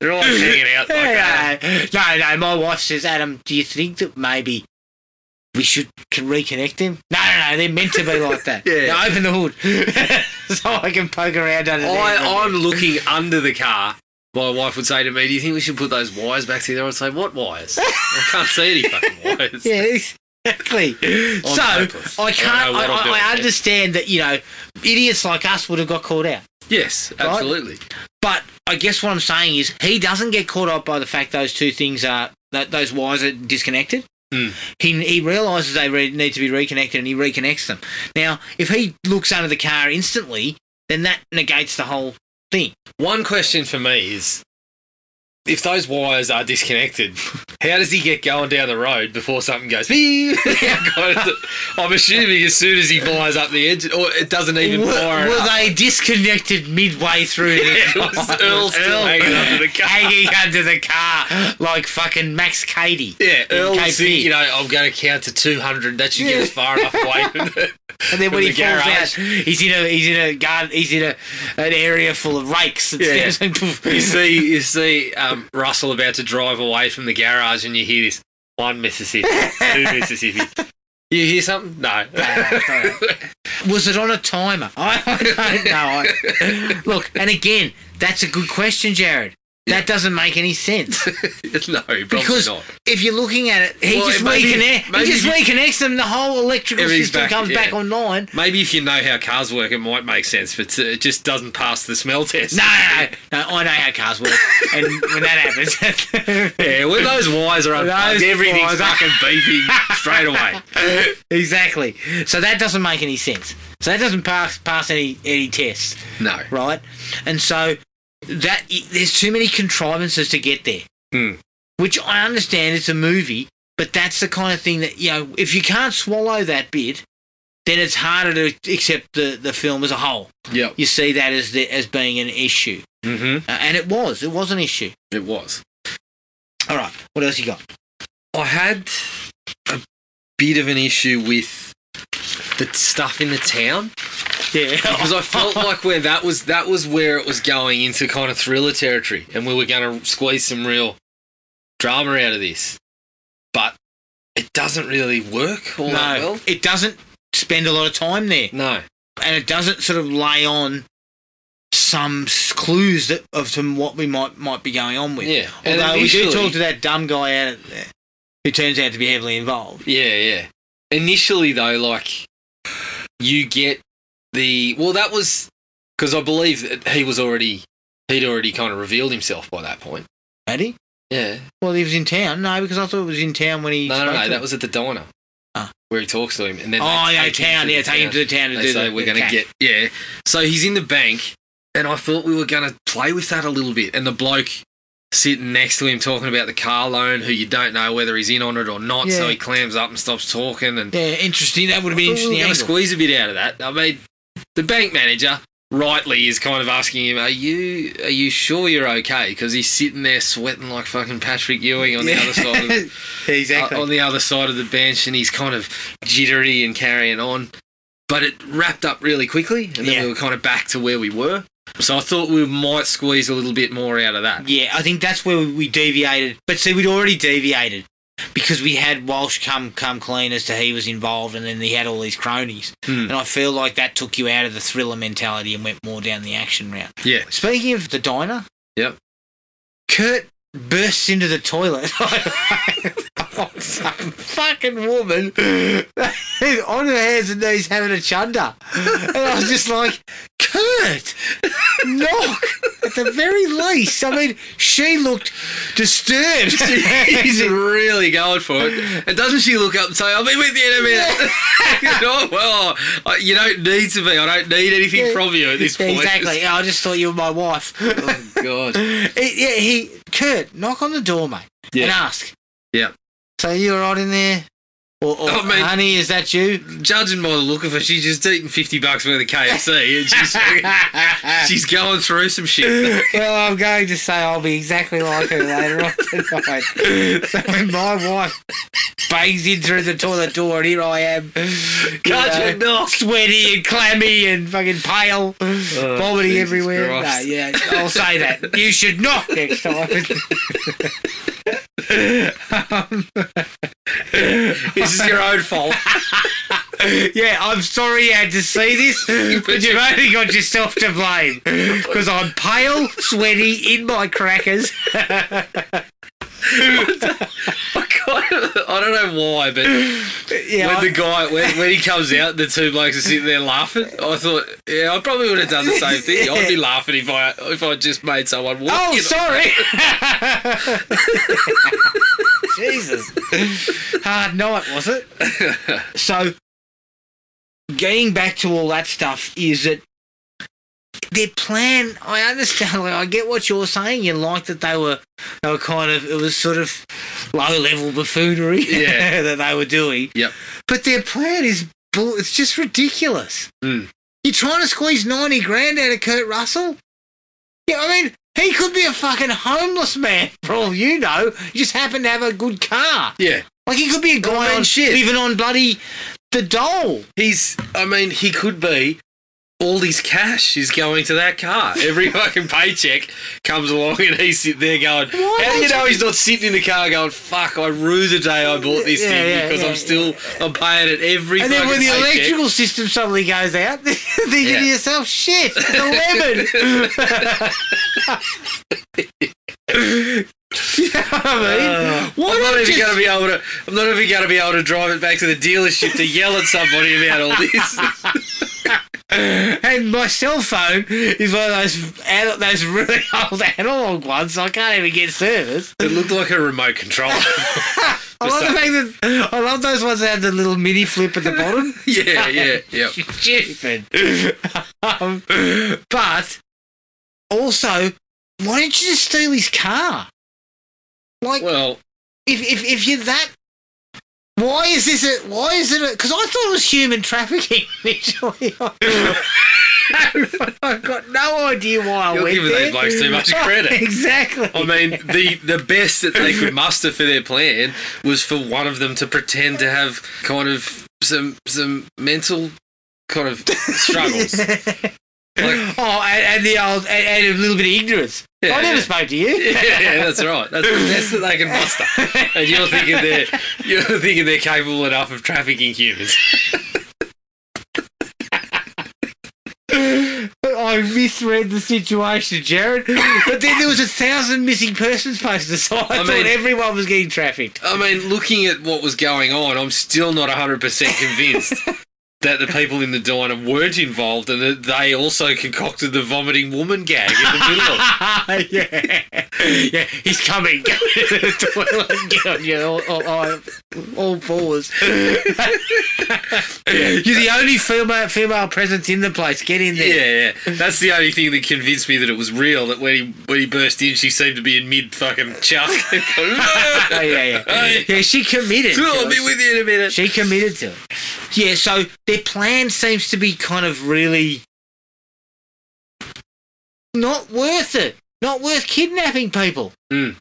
S2: They're always hanging out like that.
S1: uh, no, no. My wife says, Adam, do you think that maybe we should c- reconnect them? No, no, no. They're meant to be like that.
S2: [LAUGHS] Yeah.
S1: Now open the hood [LAUGHS] so I can poke around under there.
S2: I, I'm looking under the car. My wife would say to me, Do you think we should put those wires back together? I'd say, What wires? I can't see any fucking wires.
S1: Yeah, exactly. [LAUGHS] so
S2: hopeless.
S1: I
S2: I
S1: can't.
S2: know
S1: I,
S2: what I'm doing
S1: I, I
S2: here.
S1: understand that you know idiots like us would have got caught out.
S2: Yes, absolutely.
S1: But I guess what I'm saying is he doesn't get caught up by the fact those two things are that those wires are disconnected.
S2: Mm.
S1: He he realizes they re- need to be reconnected and he reconnects them. Now, if he looks under the car instantly, then that negates the whole thing.
S2: One question for me is if those wires
S1: [LAUGHS]
S2: are disconnected, how does he get going down the road before something goes beep? [LAUGHS] How goes it? I'm assuming as soon as he fires up the engine, or it doesn't even
S1: Were,
S2: fire it
S1: were
S2: up. [LAUGHS]
S1: they disconnected midway through? the
S2: It was Earl still
S1: [LAUGHS]
S2: hanging under the car.
S1: hanging under the car like fucking Max Cady.
S2: Yeah, Earl
S1: KP.
S2: would think, you know, I'm going to count to 200. That should get us far
S1: [LAUGHS]
S2: enough away.
S1: And then when
S2: From
S1: he
S2: the
S1: falls
S2: garage.
S1: out, he's in a he's in a garden, he's in a an area full of rakes and
S2: Yeah.
S1: steps and poof. [LAUGHS]
S2: you see, you see um, Russell about to drive away from the garage, and you hear this one Mississippi,
S1: [LAUGHS]
S2: two Mississippi. You hear something? No. [LAUGHS]
S1: Was it on a timer? [LAUGHS] I, I don't know. I, look, and again, that's a good question, Jared. That doesn't make any sense
S2: no, [LAUGHS] probably
S1: because
S2: not.
S1: if you're looking at it, he
S2: Well,
S1: just
S2: maybe-
S1: reconnects. He
S2: maybe
S1: just
S2: if
S1: reconnects them. The whole electrical
S2: Everything's
S1: system
S2: back,
S1: comes
S2: yeah.
S1: back online.
S2: Maybe if you know how cars work, it might make sense, but uh, it just doesn't pass the smell test.
S1: No, no, no, no, I know how cars work, and when that happens, [LAUGHS]
S2: Yeah, when those wires are unplugged,
S1: Those
S2: everything's
S1: wires are-
S2: fucking beeping
S1: [LAUGHS]
S2: straight away.
S1: Exactly. So that doesn't make any sense. So that doesn't pass pass any any tests,
S2: No.
S1: right? And so that there's too many contrivances to get there.
S2: Hmm.
S1: Which I understand it's a movie, but that's the kind of thing that you know if you can't swallow that bit, then it's harder to accept the the film as a whole.
S2: Yep.
S1: You see that as the, as being an issue,
S2: hmm
S1: uh, and it was it was an issue.
S2: It was.
S1: All right, what else you got?
S2: I had a bit of an issue with the stuff in the town
S1: Yeah, [LAUGHS]
S2: because I felt like where that was that was where it was going into kind of thriller territory, and we were going to squeeze some real drama out of this, but it doesn't really work all
S1: no,
S2: that well.
S1: it doesn't spend a lot of time there.
S2: No.
S1: and it doesn't sort of lay on some s- clues that of some what we might might be going on with.
S2: Yeah. And
S1: Although we do
S2: initially-
S1: talk to that dumb guy out there who turns out to be heavily involved.
S2: Yeah, yeah. Initially, though, like you get the well, that was because I believe that he was already he'd already kind of revealed himself by that point.
S1: Had he?
S2: Yeah,
S1: Well, he was in town. No, because I thought it was in town when he.
S2: no, no,
S1: spoke
S2: no,
S1: to him.
S2: that was at the diner
S1: Ah.
S2: where he talks to him, and then
S1: Oh,
S2: they
S1: yeah,
S2: take him
S1: town.
S2: to
S1: Yeah,
S2: the
S1: take him to the town to
S2: They
S1: do
S2: say
S1: the.
S2: we're
S1: the
S2: gonna
S1: cat.
S2: get yeah. So he's in the bank, and I thought we were gonna play with that a little bit, and the bloke. Sitting next to him, talking about the car loan, who you don't know whether he's in on it or not, so
S1: Yeah.
S2: he clams up and stops talking, and
S1: Yeah, interesting. That would have been interesting.
S2: Thought We were going to
S1: angle.
S2: squeeze a bit out of that. I mean, the bank manager rightly is kind of asking him, "Are you are you sure you're okay?" Because he's sitting there sweating like fucking Patrick Ewing on the other side of the,
S1: [LAUGHS] exactly.
S2: Uh, on the other side of the bench, and he's kind of jittery and carrying on. But it wrapped up really quickly, and then
S1: Yeah.
S2: we were kind of back to where we were. So I thought we might squeeze a little bit more out of that.
S1: Yeah, I think that's where we- we deviated. But see, we'd already deviated because we had Walsh come come clean as to he was involved, and then he had all these cronies.
S2: Hmm.
S1: And I feel like that took you out of the thriller mentality and went more down the action route.
S2: [LAUGHS] Yeah.
S1: Speaking of the diner,
S2: Yep.
S1: Kurt bursts into the toilet. [LAUGHS] Some fucking woman [LAUGHS] who's on her hands and knees having a chunder. And I was just like, Kurt, knock at the very least. I mean, she looked
S2: [LAUGHS]
S1: disturbed. [LAUGHS]
S2: He's really going for it. And doesn't she look up and say, I'll be with you in a minute? [LAUGHS] You know, well, I- you don't need to be. I don't need anything from you at this point.
S1: exactly. I just thought you were my wife.
S2: [LAUGHS] Oh, God.
S1: It- yeah, he Kurt, knock on the door, mate,
S2: Yeah.
S1: and ask.
S2: Yeah. Oh,
S1: So you all right in there? Or, or
S2: I mean-
S1: honey, is that you?
S2: [LAUGHS]
S1: [LAUGHS]
S2: Judging by the look of her, she's just eating fifty bucks worth of KFC,
S1: [LAUGHS]
S2: and she's she's going through some shit.
S1: well, I'm going to say I'll be exactly like her later on tonight.
S2: [LAUGHS]
S1: So when my wife bangs in through the toilet door, and here I am, you
S2: Can't you
S1: know,
S2: not?
S1: sweaty and clammy and fucking pale, vomiting
S2: Oh, Jesus
S1: everywhere.
S2: Christ.
S1: No, yeah, I'll say that. You should not next time.
S2: This is your own fault.
S1: yeah, I'm sorry you had to see [LAUGHS] this, but you've only got yourself to blame because I'm pale, sweaty, in my crackers.
S2: [LAUGHS] I kind of- I don't know why, but
S1: Yeah,
S2: when
S1: I- [LAUGHS]
S2: the guy when, when he comes out, the two blokes are sitting there laughing. I thought, yeah, I probably would
S1: [LAUGHS]
S2: have done the same thing. I'd be laughing if I if I just made someone walk.
S1: Oh,
S2: you know.
S1: sorry. [LAUGHS] Jesus. Hard night, was it? [LAUGHS] so, getting back to all that stuff is that their plan. I understand. Like, I get what you're saying. You like that they were, they were kind of. It was sort of low level buffoonery [LAUGHS]
S2: Yeah.
S1: that they were doing.
S2: Yep.
S1: But their plan is. bull- It's just ridiculous.
S2: Mm.
S1: You're trying to squeeze ninety grand out of Kurt Russell. Yeah, I mean, he could be a fucking homeless man [LAUGHS] for all you know. He just happened to have a good car.
S2: yeah,
S1: Like he could be a guy
S2: I mean,
S1: on
S2: shit.
S1: living on bloody the dole.
S2: he's. I mean, he could be. All his cash is going to that car. Every [LAUGHS] fucking paycheck comes along, and he's sitting there going,
S1: Why
S2: "How do you
S1: don't
S2: know he's not sitting in the car going, fuck, I rue the day I bought this
S1: Yeah,
S2: thing
S1: yeah,
S2: because
S1: yeah,
S2: I'm still I'm paying it every."
S1: And then when
S2: fucking
S1: the
S2: paycheck."
S1: electrical system suddenly goes out, [LAUGHS] then you're thinking
S2: Yeah.
S1: to yourself, shit, the lemon.
S2: [LAUGHS]
S1: [LAUGHS] you know what I mean?
S2: Uh,
S1: Why
S2: I'm not
S1: not
S2: even
S1: just-
S2: gonna be able to. I'm not even gonna be able to drive it back to the dealership to yell at somebody about all this.
S1: And my cell phone is one of those ana- those really [LAUGHS] old analog ones, so I can't even get service.
S2: [LAUGHS] it looked like a remote control.
S1: I love the fact that I love those ones that have the little mini flip at the bottom.
S2: [LAUGHS] yeah, yeah, yeah.
S1: [LAUGHS] Stupid. um, but also, why didn't you just steal his car? Like,
S2: Well,
S1: if, if if you're that, why is this a why is it a? Because I thought it was human trafficking [LAUGHS] initially. I've got no idea why I
S2: You're
S1: went
S2: giving
S1: there.
S2: these blokes too much credit.
S1: [LAUGHS] exactly.
S2: I mean, the the best that they could muster for their plan was for one of them to pretend to have kind of some some mental kind of [LAUGHS] struggles. Like-
S1: [LAUGHS] oh, and, and the old and, and a little bit of ignorance.
S2: Yeah,
S1: I never
S2: yeah.
S1: spoke to you. [LAUGHS]
S2: yeah, that's right. That's the best that they can muster. And you're thinking they're you're thinking they're capable enough of trafficking humans.
S1: I misread the situation, Jared. But then there was a thousand missing persons posters, so I, thought
S2: mean-
S1: everyone was getting trafficked.
S2: I mean, looking at what was going on, I'm still not 100%
S1: [LAUGHS]
S2: convinced that the people in the diner weren't involved and that they also concocted the vomiting woman gag in the middle of it.
S1: [LAUGHS] yeah, yeah, he's coming. Go to the toilet and get on your all, all, all, all
S2: [LAUGHS]
S1: fours. You're the only female female presence in the place. Get in there.
S2: Yeah, yeah. That's the only thing that convinced me that it was real. That when he when he burst in, she seemed to be in mid fucking chuck.
S1: [LAUGHS]
S2: [LAUGHS]
S1: Oh, [LAUGHS] yeah, yeah.
S2: Hey.
S1: yeah, she committed. to
S2: I'll
S1: it.
S2: be with you in a minute.
S1: She committed to it. Yeah, so their plan seems to be kind of really not worth it. Not worth kidnapping people.
S2: Mm.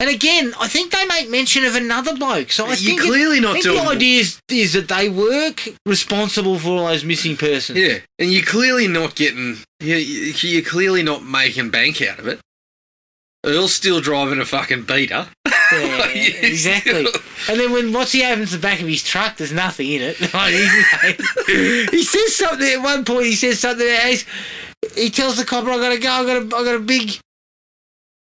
S1: And again, I think they make mention of another bloke. So I
S2: You're
S1: think, it-
S2: clearly
S1: I
S2: not
S1: think
S2: doing.
S1: the
S2: what-
S1: idea is, is that they were c- responsible for all those missing persons.
S2: Yeah, and you're clearly not getting. You're, you're clearly not making bank out of it. Earl's still driving a fucking beater. [LAUGHS]
S1: Yeah, exactly. And then when once he opens the back of his truck, there's nothing in it. [LAUGHS] Like, he's- he says something at one point. He says something. about he's- He tells the copper, "I gotta go. I got a, I got a big,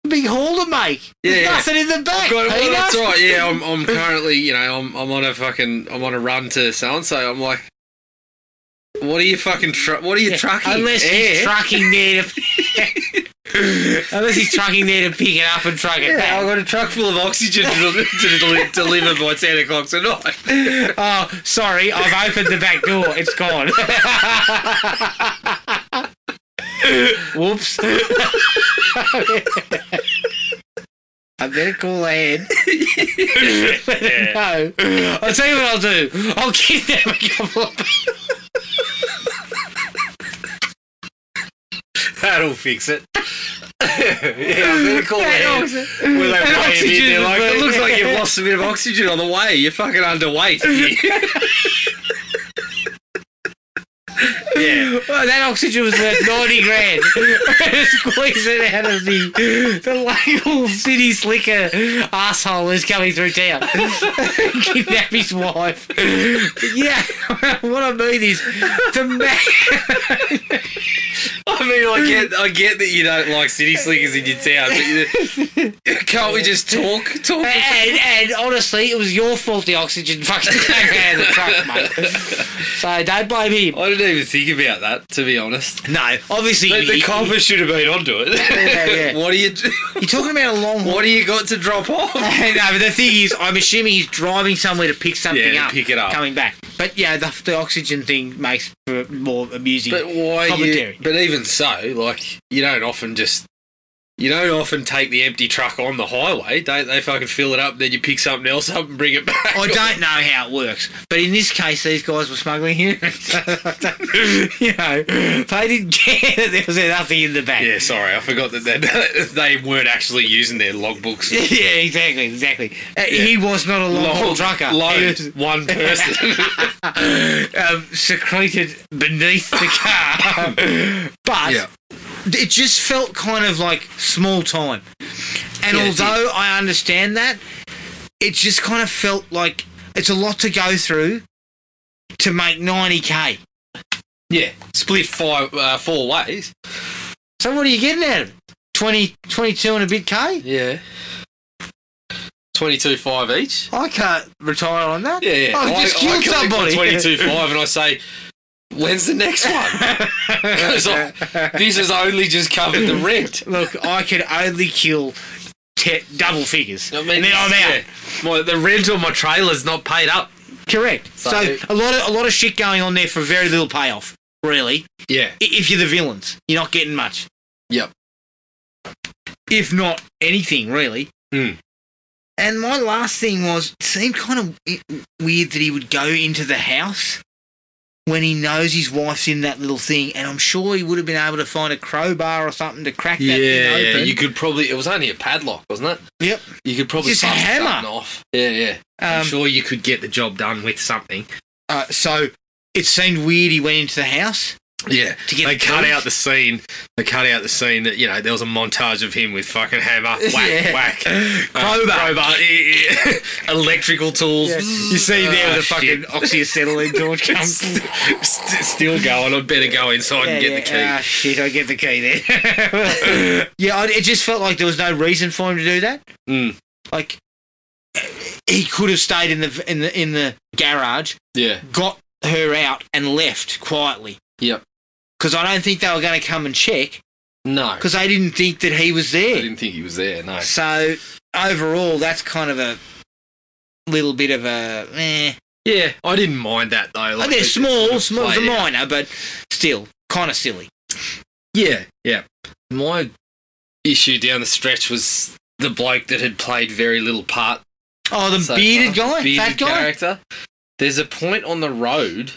S1: big haul to make. There's
S2: Yeah, yeah.
S1: nothing in the back.
S2: God, well,
S1: Peter."
S2: that's right. Yeah, I'm, I'm currently, you know, I'm, I'm on a fucking, I'm on a run to so and so. I'm like, what are you fucking, tru- what are you trucking?
S1: Unless he's
S2: Air?
S1: trucking there to, [LAUGHS]
S2: [LAUGHS]
S1: unless he's trucking there to pick it up and truck it
S2: yeah,
S1: back.
S2: I've got a truck full of oxygen to, del- to del- deliver by ten o'clock tonight. [LAUGHS]
S1: Oh, sorry, I've opened the back door. It's gone. [LAUGHS] [LAUGHS] Whoops. I better call Ann. [LAUGHS] No. I'll tell you what I'll do. I'll kidnap a couple of
S2: [LAUGHS] That'll fix it. [LAUGHS] yeah, I'm gonna call
S1: That'll
S2: that.
S1: fix it.
S2: Where they
S1: And
S2: weigh him in,
S1: oxygen
S2: they're
S1: as
S2: like,
S1: well.
S2: it looks like
S1: [LAUGHS]
S2: you've lost a bit of oxygen on the way. You're fucking underweight. [LAUGHS] yeah.
S1: Well, that oxygen was worth 90 grand. [LAUGHS] Squeeze it out of the, the local city slicker asshole who's coming through town. [LAUGHS] Kidnap his wife. Yeah, [LAUGHS] what I mean is, to ma-
S2: I mean, I get, I get that you don't like city slickers in your town, but you, [LAUGHS] can't we just talk? Talk.
S1: and, and honestly, it was your fault the oxygen fucking came out of the truck, mate. So don't blame him.
S2: I didn't even think about that, to be honest.
S1: No, obviously,
S2: The, the
S1: you-
S2: compass should have been onto it.
S1: Yeah, yeah.
S2: what do you,
S1: you're talking about a long
S2: what do you got to drop
S1: [LAUGHS]
S2: off?
S1: no, but the thing is, I'm assuming he's driving somewhere to pick something
S2: Yeah, to
S1: up,
S2: pick it up.
S1: coming back. But yeah, the, the oxygen thing makes for more amusing.
S2: But why? You,
S1: Commentary.
S2: but even so, like you don't often just you don't often take the empty truck on the highway, don't they? Fucking fill it up, then you pick something else up and bring it back.
S1: I don't know how it works, but in this case, these guys were smuggling humans. [LAUGHS] you know, they didn't care that there was nothing in the back.
S2: Yeah, sorry, I forgot that they, [LAUGHS] they weren't actually using their logbooks.
S1: [LAUGHS] Yeah, exactly, exactly. Uh, He was not a long haul trucker. He
S2: load,
S1: was,
S2: one person.
S1: [LAUGHS]
S2: [LAUGHS]
S1: um, secreted beneath
S2: [LAUGHS]
S1: the car, but
S2: Yeah.
S1: it just felt kind of like small time. And
S2: Yeah, it did.
S1: although I understand that, it just kind of felt like it's a lot to go through to make 90k.
S2: yeah, split five, uh, four ways.
S1: So what are you getting out of it? 20, 22 and a bit k?
S2: Yeah, twenty-two five each.
S1: I can't retire on that.
S2: Yeah, yeah.
S1: I just killed
S2: collect the
S1: somebody.
S2: 22.5 and I say, when's the next [LAUGHS] one? 'Cause I- this has only just covered the
S1: [LAUGHS]
S2: rent.
S1: Look, I could only kill te- double figures,
S2: I mean,
S1: and then I'm out.
S2: yeah. My, the rent on my trailer's not paid up.
S1: Correct.
S2: So-
S1: So, a lot of a lot of shit going on there for very little payoff, really.
S2: Yeah.
S1: I- If you're the villains, you're not getting much.
S2: Yep.
S1: If not anything, really.
S2: Hmm.
S1: And my last thing was it seemed kind of w- weird that he would go into the house when he knows his wife's in that little thing, and I'm sure he would have been able to find a crowbar or something to crack that thing
S2: Yeah,
S1: open.
S2: you could probably. It was only a padlock, wasn't it?
S1: Yep.
S2: You could probably
S1: Just a
S2: bust
S1: hammer.
S2: something off. Yeah, yeah. I'm
S1: Um,
S2: sure you could get the job done with something.
S1: uh, so it seemed weird he went into the house.
S2: Yeah,
S1: To get
S2: they
S1: the
S2: cut
S1: tools.
S2: out the scene. They cut out the scene that you know there was a montage of him with fucking hammer, whack,
S1: [LAUGHS] Yeah.
S2: whack, Uh,
S1: Crowbar.
S2: crowbar, eh, eh, [LAUGHS] electrical tools.
S1: You see there
S2: Ah,
S1: the
S2: shit. [LAUGHS]
S1: fucking oxyacetylene torch [LAUGHS] comes.
S2: St- st- still going. I better go inside and get
S1: Ah,
S2: the key.
S1: shit, I get the key there. yeah, I- it just felt like there was no reason for him to do that.
S2: [LAUGHS] Mm.
S1: Like he could have stayed in the in the in the garage,
S2: Yeah,
S1: got her out, and left quietly.
S2: Yep.
S1: Because I don't think they were going to come and check [LAUGHS]
S2: no, I
S1: because they didn't think that he was there.
S2: didn't think he was there. No,
S1: So overall, that's kind of a little bit of a. Eh.
S2: yeah, I didn't mind that though.
S1: Oh,
S2: like,
S1: they're
S2: it-
S1: small,
S2: it
S1: small, they're
S2: played out.
S1: minor, but still kind of silly.
S2: Yeah, yeah. My issue down the stretch was the bloke that had played very little part.
S1: Oh, the
S2: so
S1: bearded
S2: far.
S1: guy,
S2: Bearded
S1: fat guy.
S2: character. There's a point on the road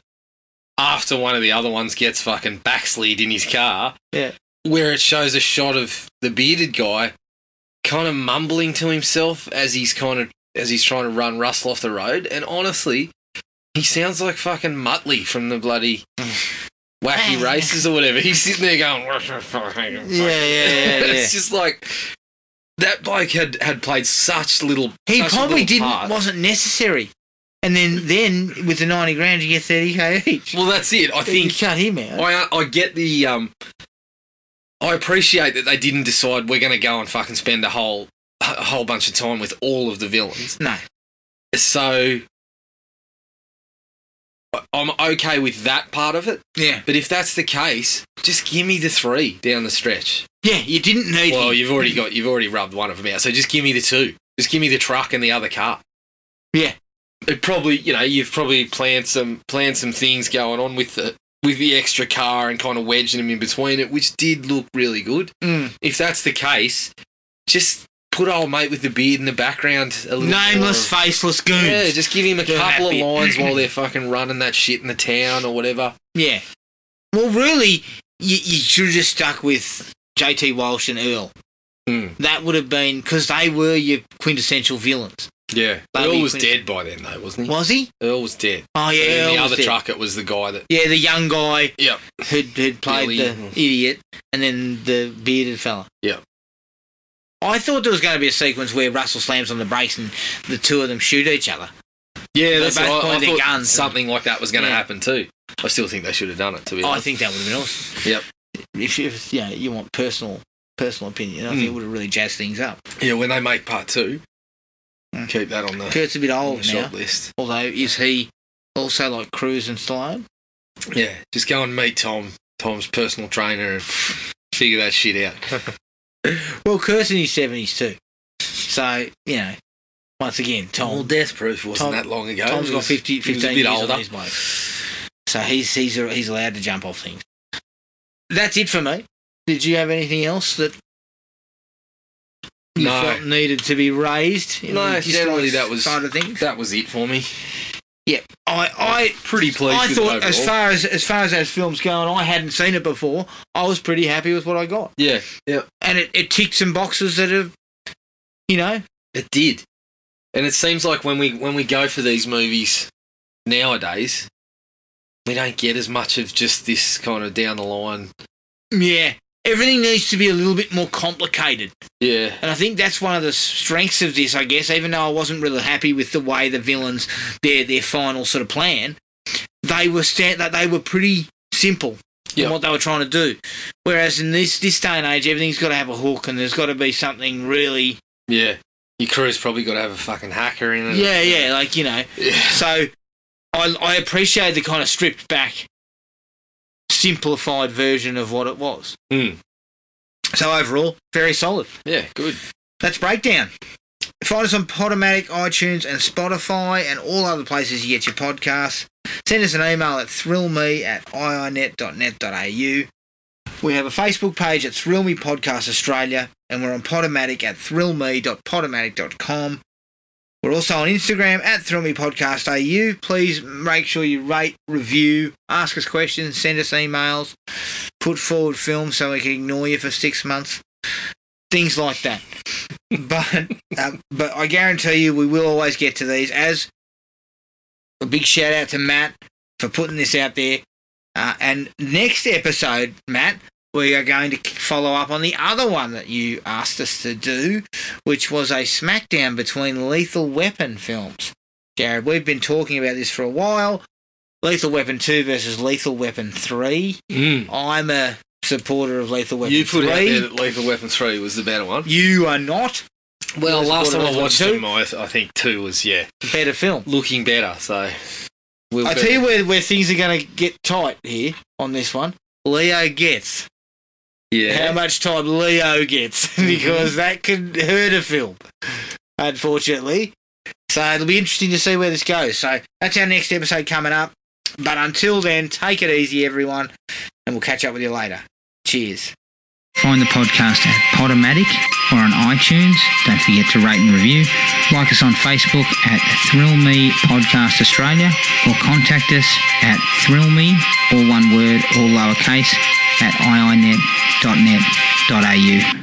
S2: after one of the other ones gets fucking backslid in his car.
S1: Yeah.
S2: Where it shows a shot of the bearded guy kind of mumbling to himself as he's kind of as he's trying to run Russell off the road. And honestly, he sounds like fucking Muttley from the
S1: [SIGHS]
S2: bloody Wacky Races or whatever. He's sitting there going,
S1: Yeah, yeah, yeah. yeah.
S2: [LAUGHS] it's just like that bloke had had played such little.
S1: he
S2: such a
S1: probably
S2: little
S1: didn't.
S2: part.
S1: Wasn't necessary. And then, then with the ninety grand, you get thirty k each.
S2: Well, that's it. I
S1: you [LAUGHS]
S2: think
S1: cut him out.
S2: I I get the um. I appreciate that they didn't decide we're going to go and fucking spend a whole a whole bunch of time with all of the villains.
S1: No.
S2: So I- I'm okay with that part of it.
S1: Yeah,
S2: But if that's the case, just give me the three down the stretch.
S1: yeah. You didn't need.
S2: Well,
S1: him.
S2: you've already got you've already rubbed one of them out. So just give me the two. Just give me the truck and the other car.
S1: Yeah.
S2: It probably you know you've probably planned some planned some things going on with the with the extra car and kind of wedging them in between it, which did look really good.
S1: Mm.
S2: If that's the case, just put old mate with the beard in the background a little
S1: Nameless,
S2: more.
S1: faceless goons.
S2: Yeah, just give him a
S1: Do
S2: couple
S1: that
S2: of
S1: bit.
S2: lines
S1: [LAUGHS]
S2: while they're fucking running that shit in the town or whatever.
S1: Yeah. Well, really, you, you should have just stuck with JT Walsh and Earl.
S2: Mm.
S1: That would have been because they were your quintessential villains.
S2: Yeah.
S1: That'd
S2: Earl
S1: be
S2: was
S1: pretty-
S2: dead by then, though, wasn't he?
S1: Was he?
S2: Earl was dead.
S1: Oh yeah,
S2: and
S1: Earl
S2: the
S1: was
S2: other
S1: dead.
S2: truck, it was the guy that.
S1: Yeah, the young guy
S2: Yep.
S1: who'd who'd played
S2: Billy.
S1: the idiot, and then the bearded fella.
S2: Yep.
S1: I thought there was going to be a sequence where Russell slams on the brakes and the two of them shoot each other.
S2: Yeah,
S1: that's both
S2: I,
S1: pointed their
S2: thought
S1: guns.
S2: something like that was going to
S1: Yeah.
S2: happen too. I still think they should have done it. To be
S1: I
S2: honest,
S1: think that would have been awesome.
S2: Yep.
S1: If, if yeah, you want personal personal opinion, I
S2: Hmm.
S1: think it would have really jazzed things up.
S2: yeah, when they make part two,
S1: Mm.
S2: keep that on the,
S1: Kurt's a bit
S2: on the
S1: old now.
S2: shot list.
S1: Although, is he also like Cruz and Stallone?
S2: Yeah, just go and meet Tom, Tom's personal trainer, and [LAUGHS] figure that shit out.
S1: Well, Kurt's in his 70s too. So, you know, once again, Tom,
S2: Death Proof
S1: Tom-
S2: wasn't that long ago.
S1: Tom's
S2: It
S1: got
S2: was-
S1: 50,
S2: it was
S1: 15
S2: a
S1: years on his bloke. So he's, he's, he's allowed to jump off things. That's it for me. Did you have anything else that you
S2: No.
S1: felt needed to be raised? in
S2: No,
S1: the dislike
S2: generally that was-
S1: side of things.
S2: That was it for me.
S1: I, I,
S2: Pretty pleased.
S1: I
S2: with
S1: thought
S2: it
S1: as
S2: overall.
S1: far as as far as those films go, and I hadn't seen it before. I was pretty happy with what I got,
S2: Yeah, yeah,
S1: and it, it ticked some boxes that have, you know,
S2: it did. And it seems like when we when we go for these movies nowadays, we don't get as much of just this kind of down the line.
S1: yeah, everything needs to be a little bit more complicated,
S2: Yeah,
S1: and I think that's one of the strengths of this. I guess even though I wasn't really happy with the way the villains their their final sort of plan, they were stand that they were pretty simple. in
S2: Yeah.
S1: what they were trying to do, whereas in this this day and age, everything's got to have a hook, and there's got to be something really,
S2: yeah. Your crew's probably got to have a fucking hacker in it.
S1: yeah, yeah, like you know,
S2: Mm. Yeah.
S1: So I, I appreciate the kind of stripped back, simplified version of what it was.
S2: Mm.
S1: So overall, very solid.
S2: Yeah, good.
S1: That's Breakdown. Find us on Podomatic, iTunes, and Spotify, and all other places you get your podcasts. Send us an email at thrillme at iinet.net.au. We have a Facebook page at Thrill Me Podcast Australia, and we're on Podomatic at thrillme.podomatic.com. We're also on Instagram at Thrill Me Podcast AU. Please make sure you rate, review, ask us questions, send us emails, put forward films so we can ignore you for six months, things like that. but um, but I guarantee you we will always get to these. As a big shout out to Matt for putting this out there. Uh, and next episode, Matt, we are going to k- follow up on the other one that you asked us to do, which was a smackdown between Lethal Weapon films. Jared, we've been talking about this for a while. Lethal Weapon 2 versus Lethal Weapon 3.
S2: Mm.
S1: I'm a supporter of Lethal Weapon
S2: You put
S1: 3.
S2: out there that Lethal Weapon 3 was the better one.
S1: you are not.
S2: Well,
S1: Well,
S2: last
S1: Lethal
S2: time I
S1: Weapon
S2: watched
S1: 2.
S2: them, I, th- I think 2 was, yeah,
S1: Better film.
S2: looking better, so... We'll
S1: I tell you where, where things are going to get tight here on this one. Leo gets
S2: Yeah.
S1: how much time Leo gets [LAUGHS] because that could hurt a film, unfortunately. So it'll be interesting to see where this goes. So that's our next episode coming up. But until then, take it easy, everyone, and we'll catch up with you later. Cheers.
S6: Find the podcast at Podomatic or on iTunes. Don't forget to rate and review. Like us on Facebook at Thrill Me Podcast Australia or contact us at thrillme, all one word, all lowercase, at iinet.net.au.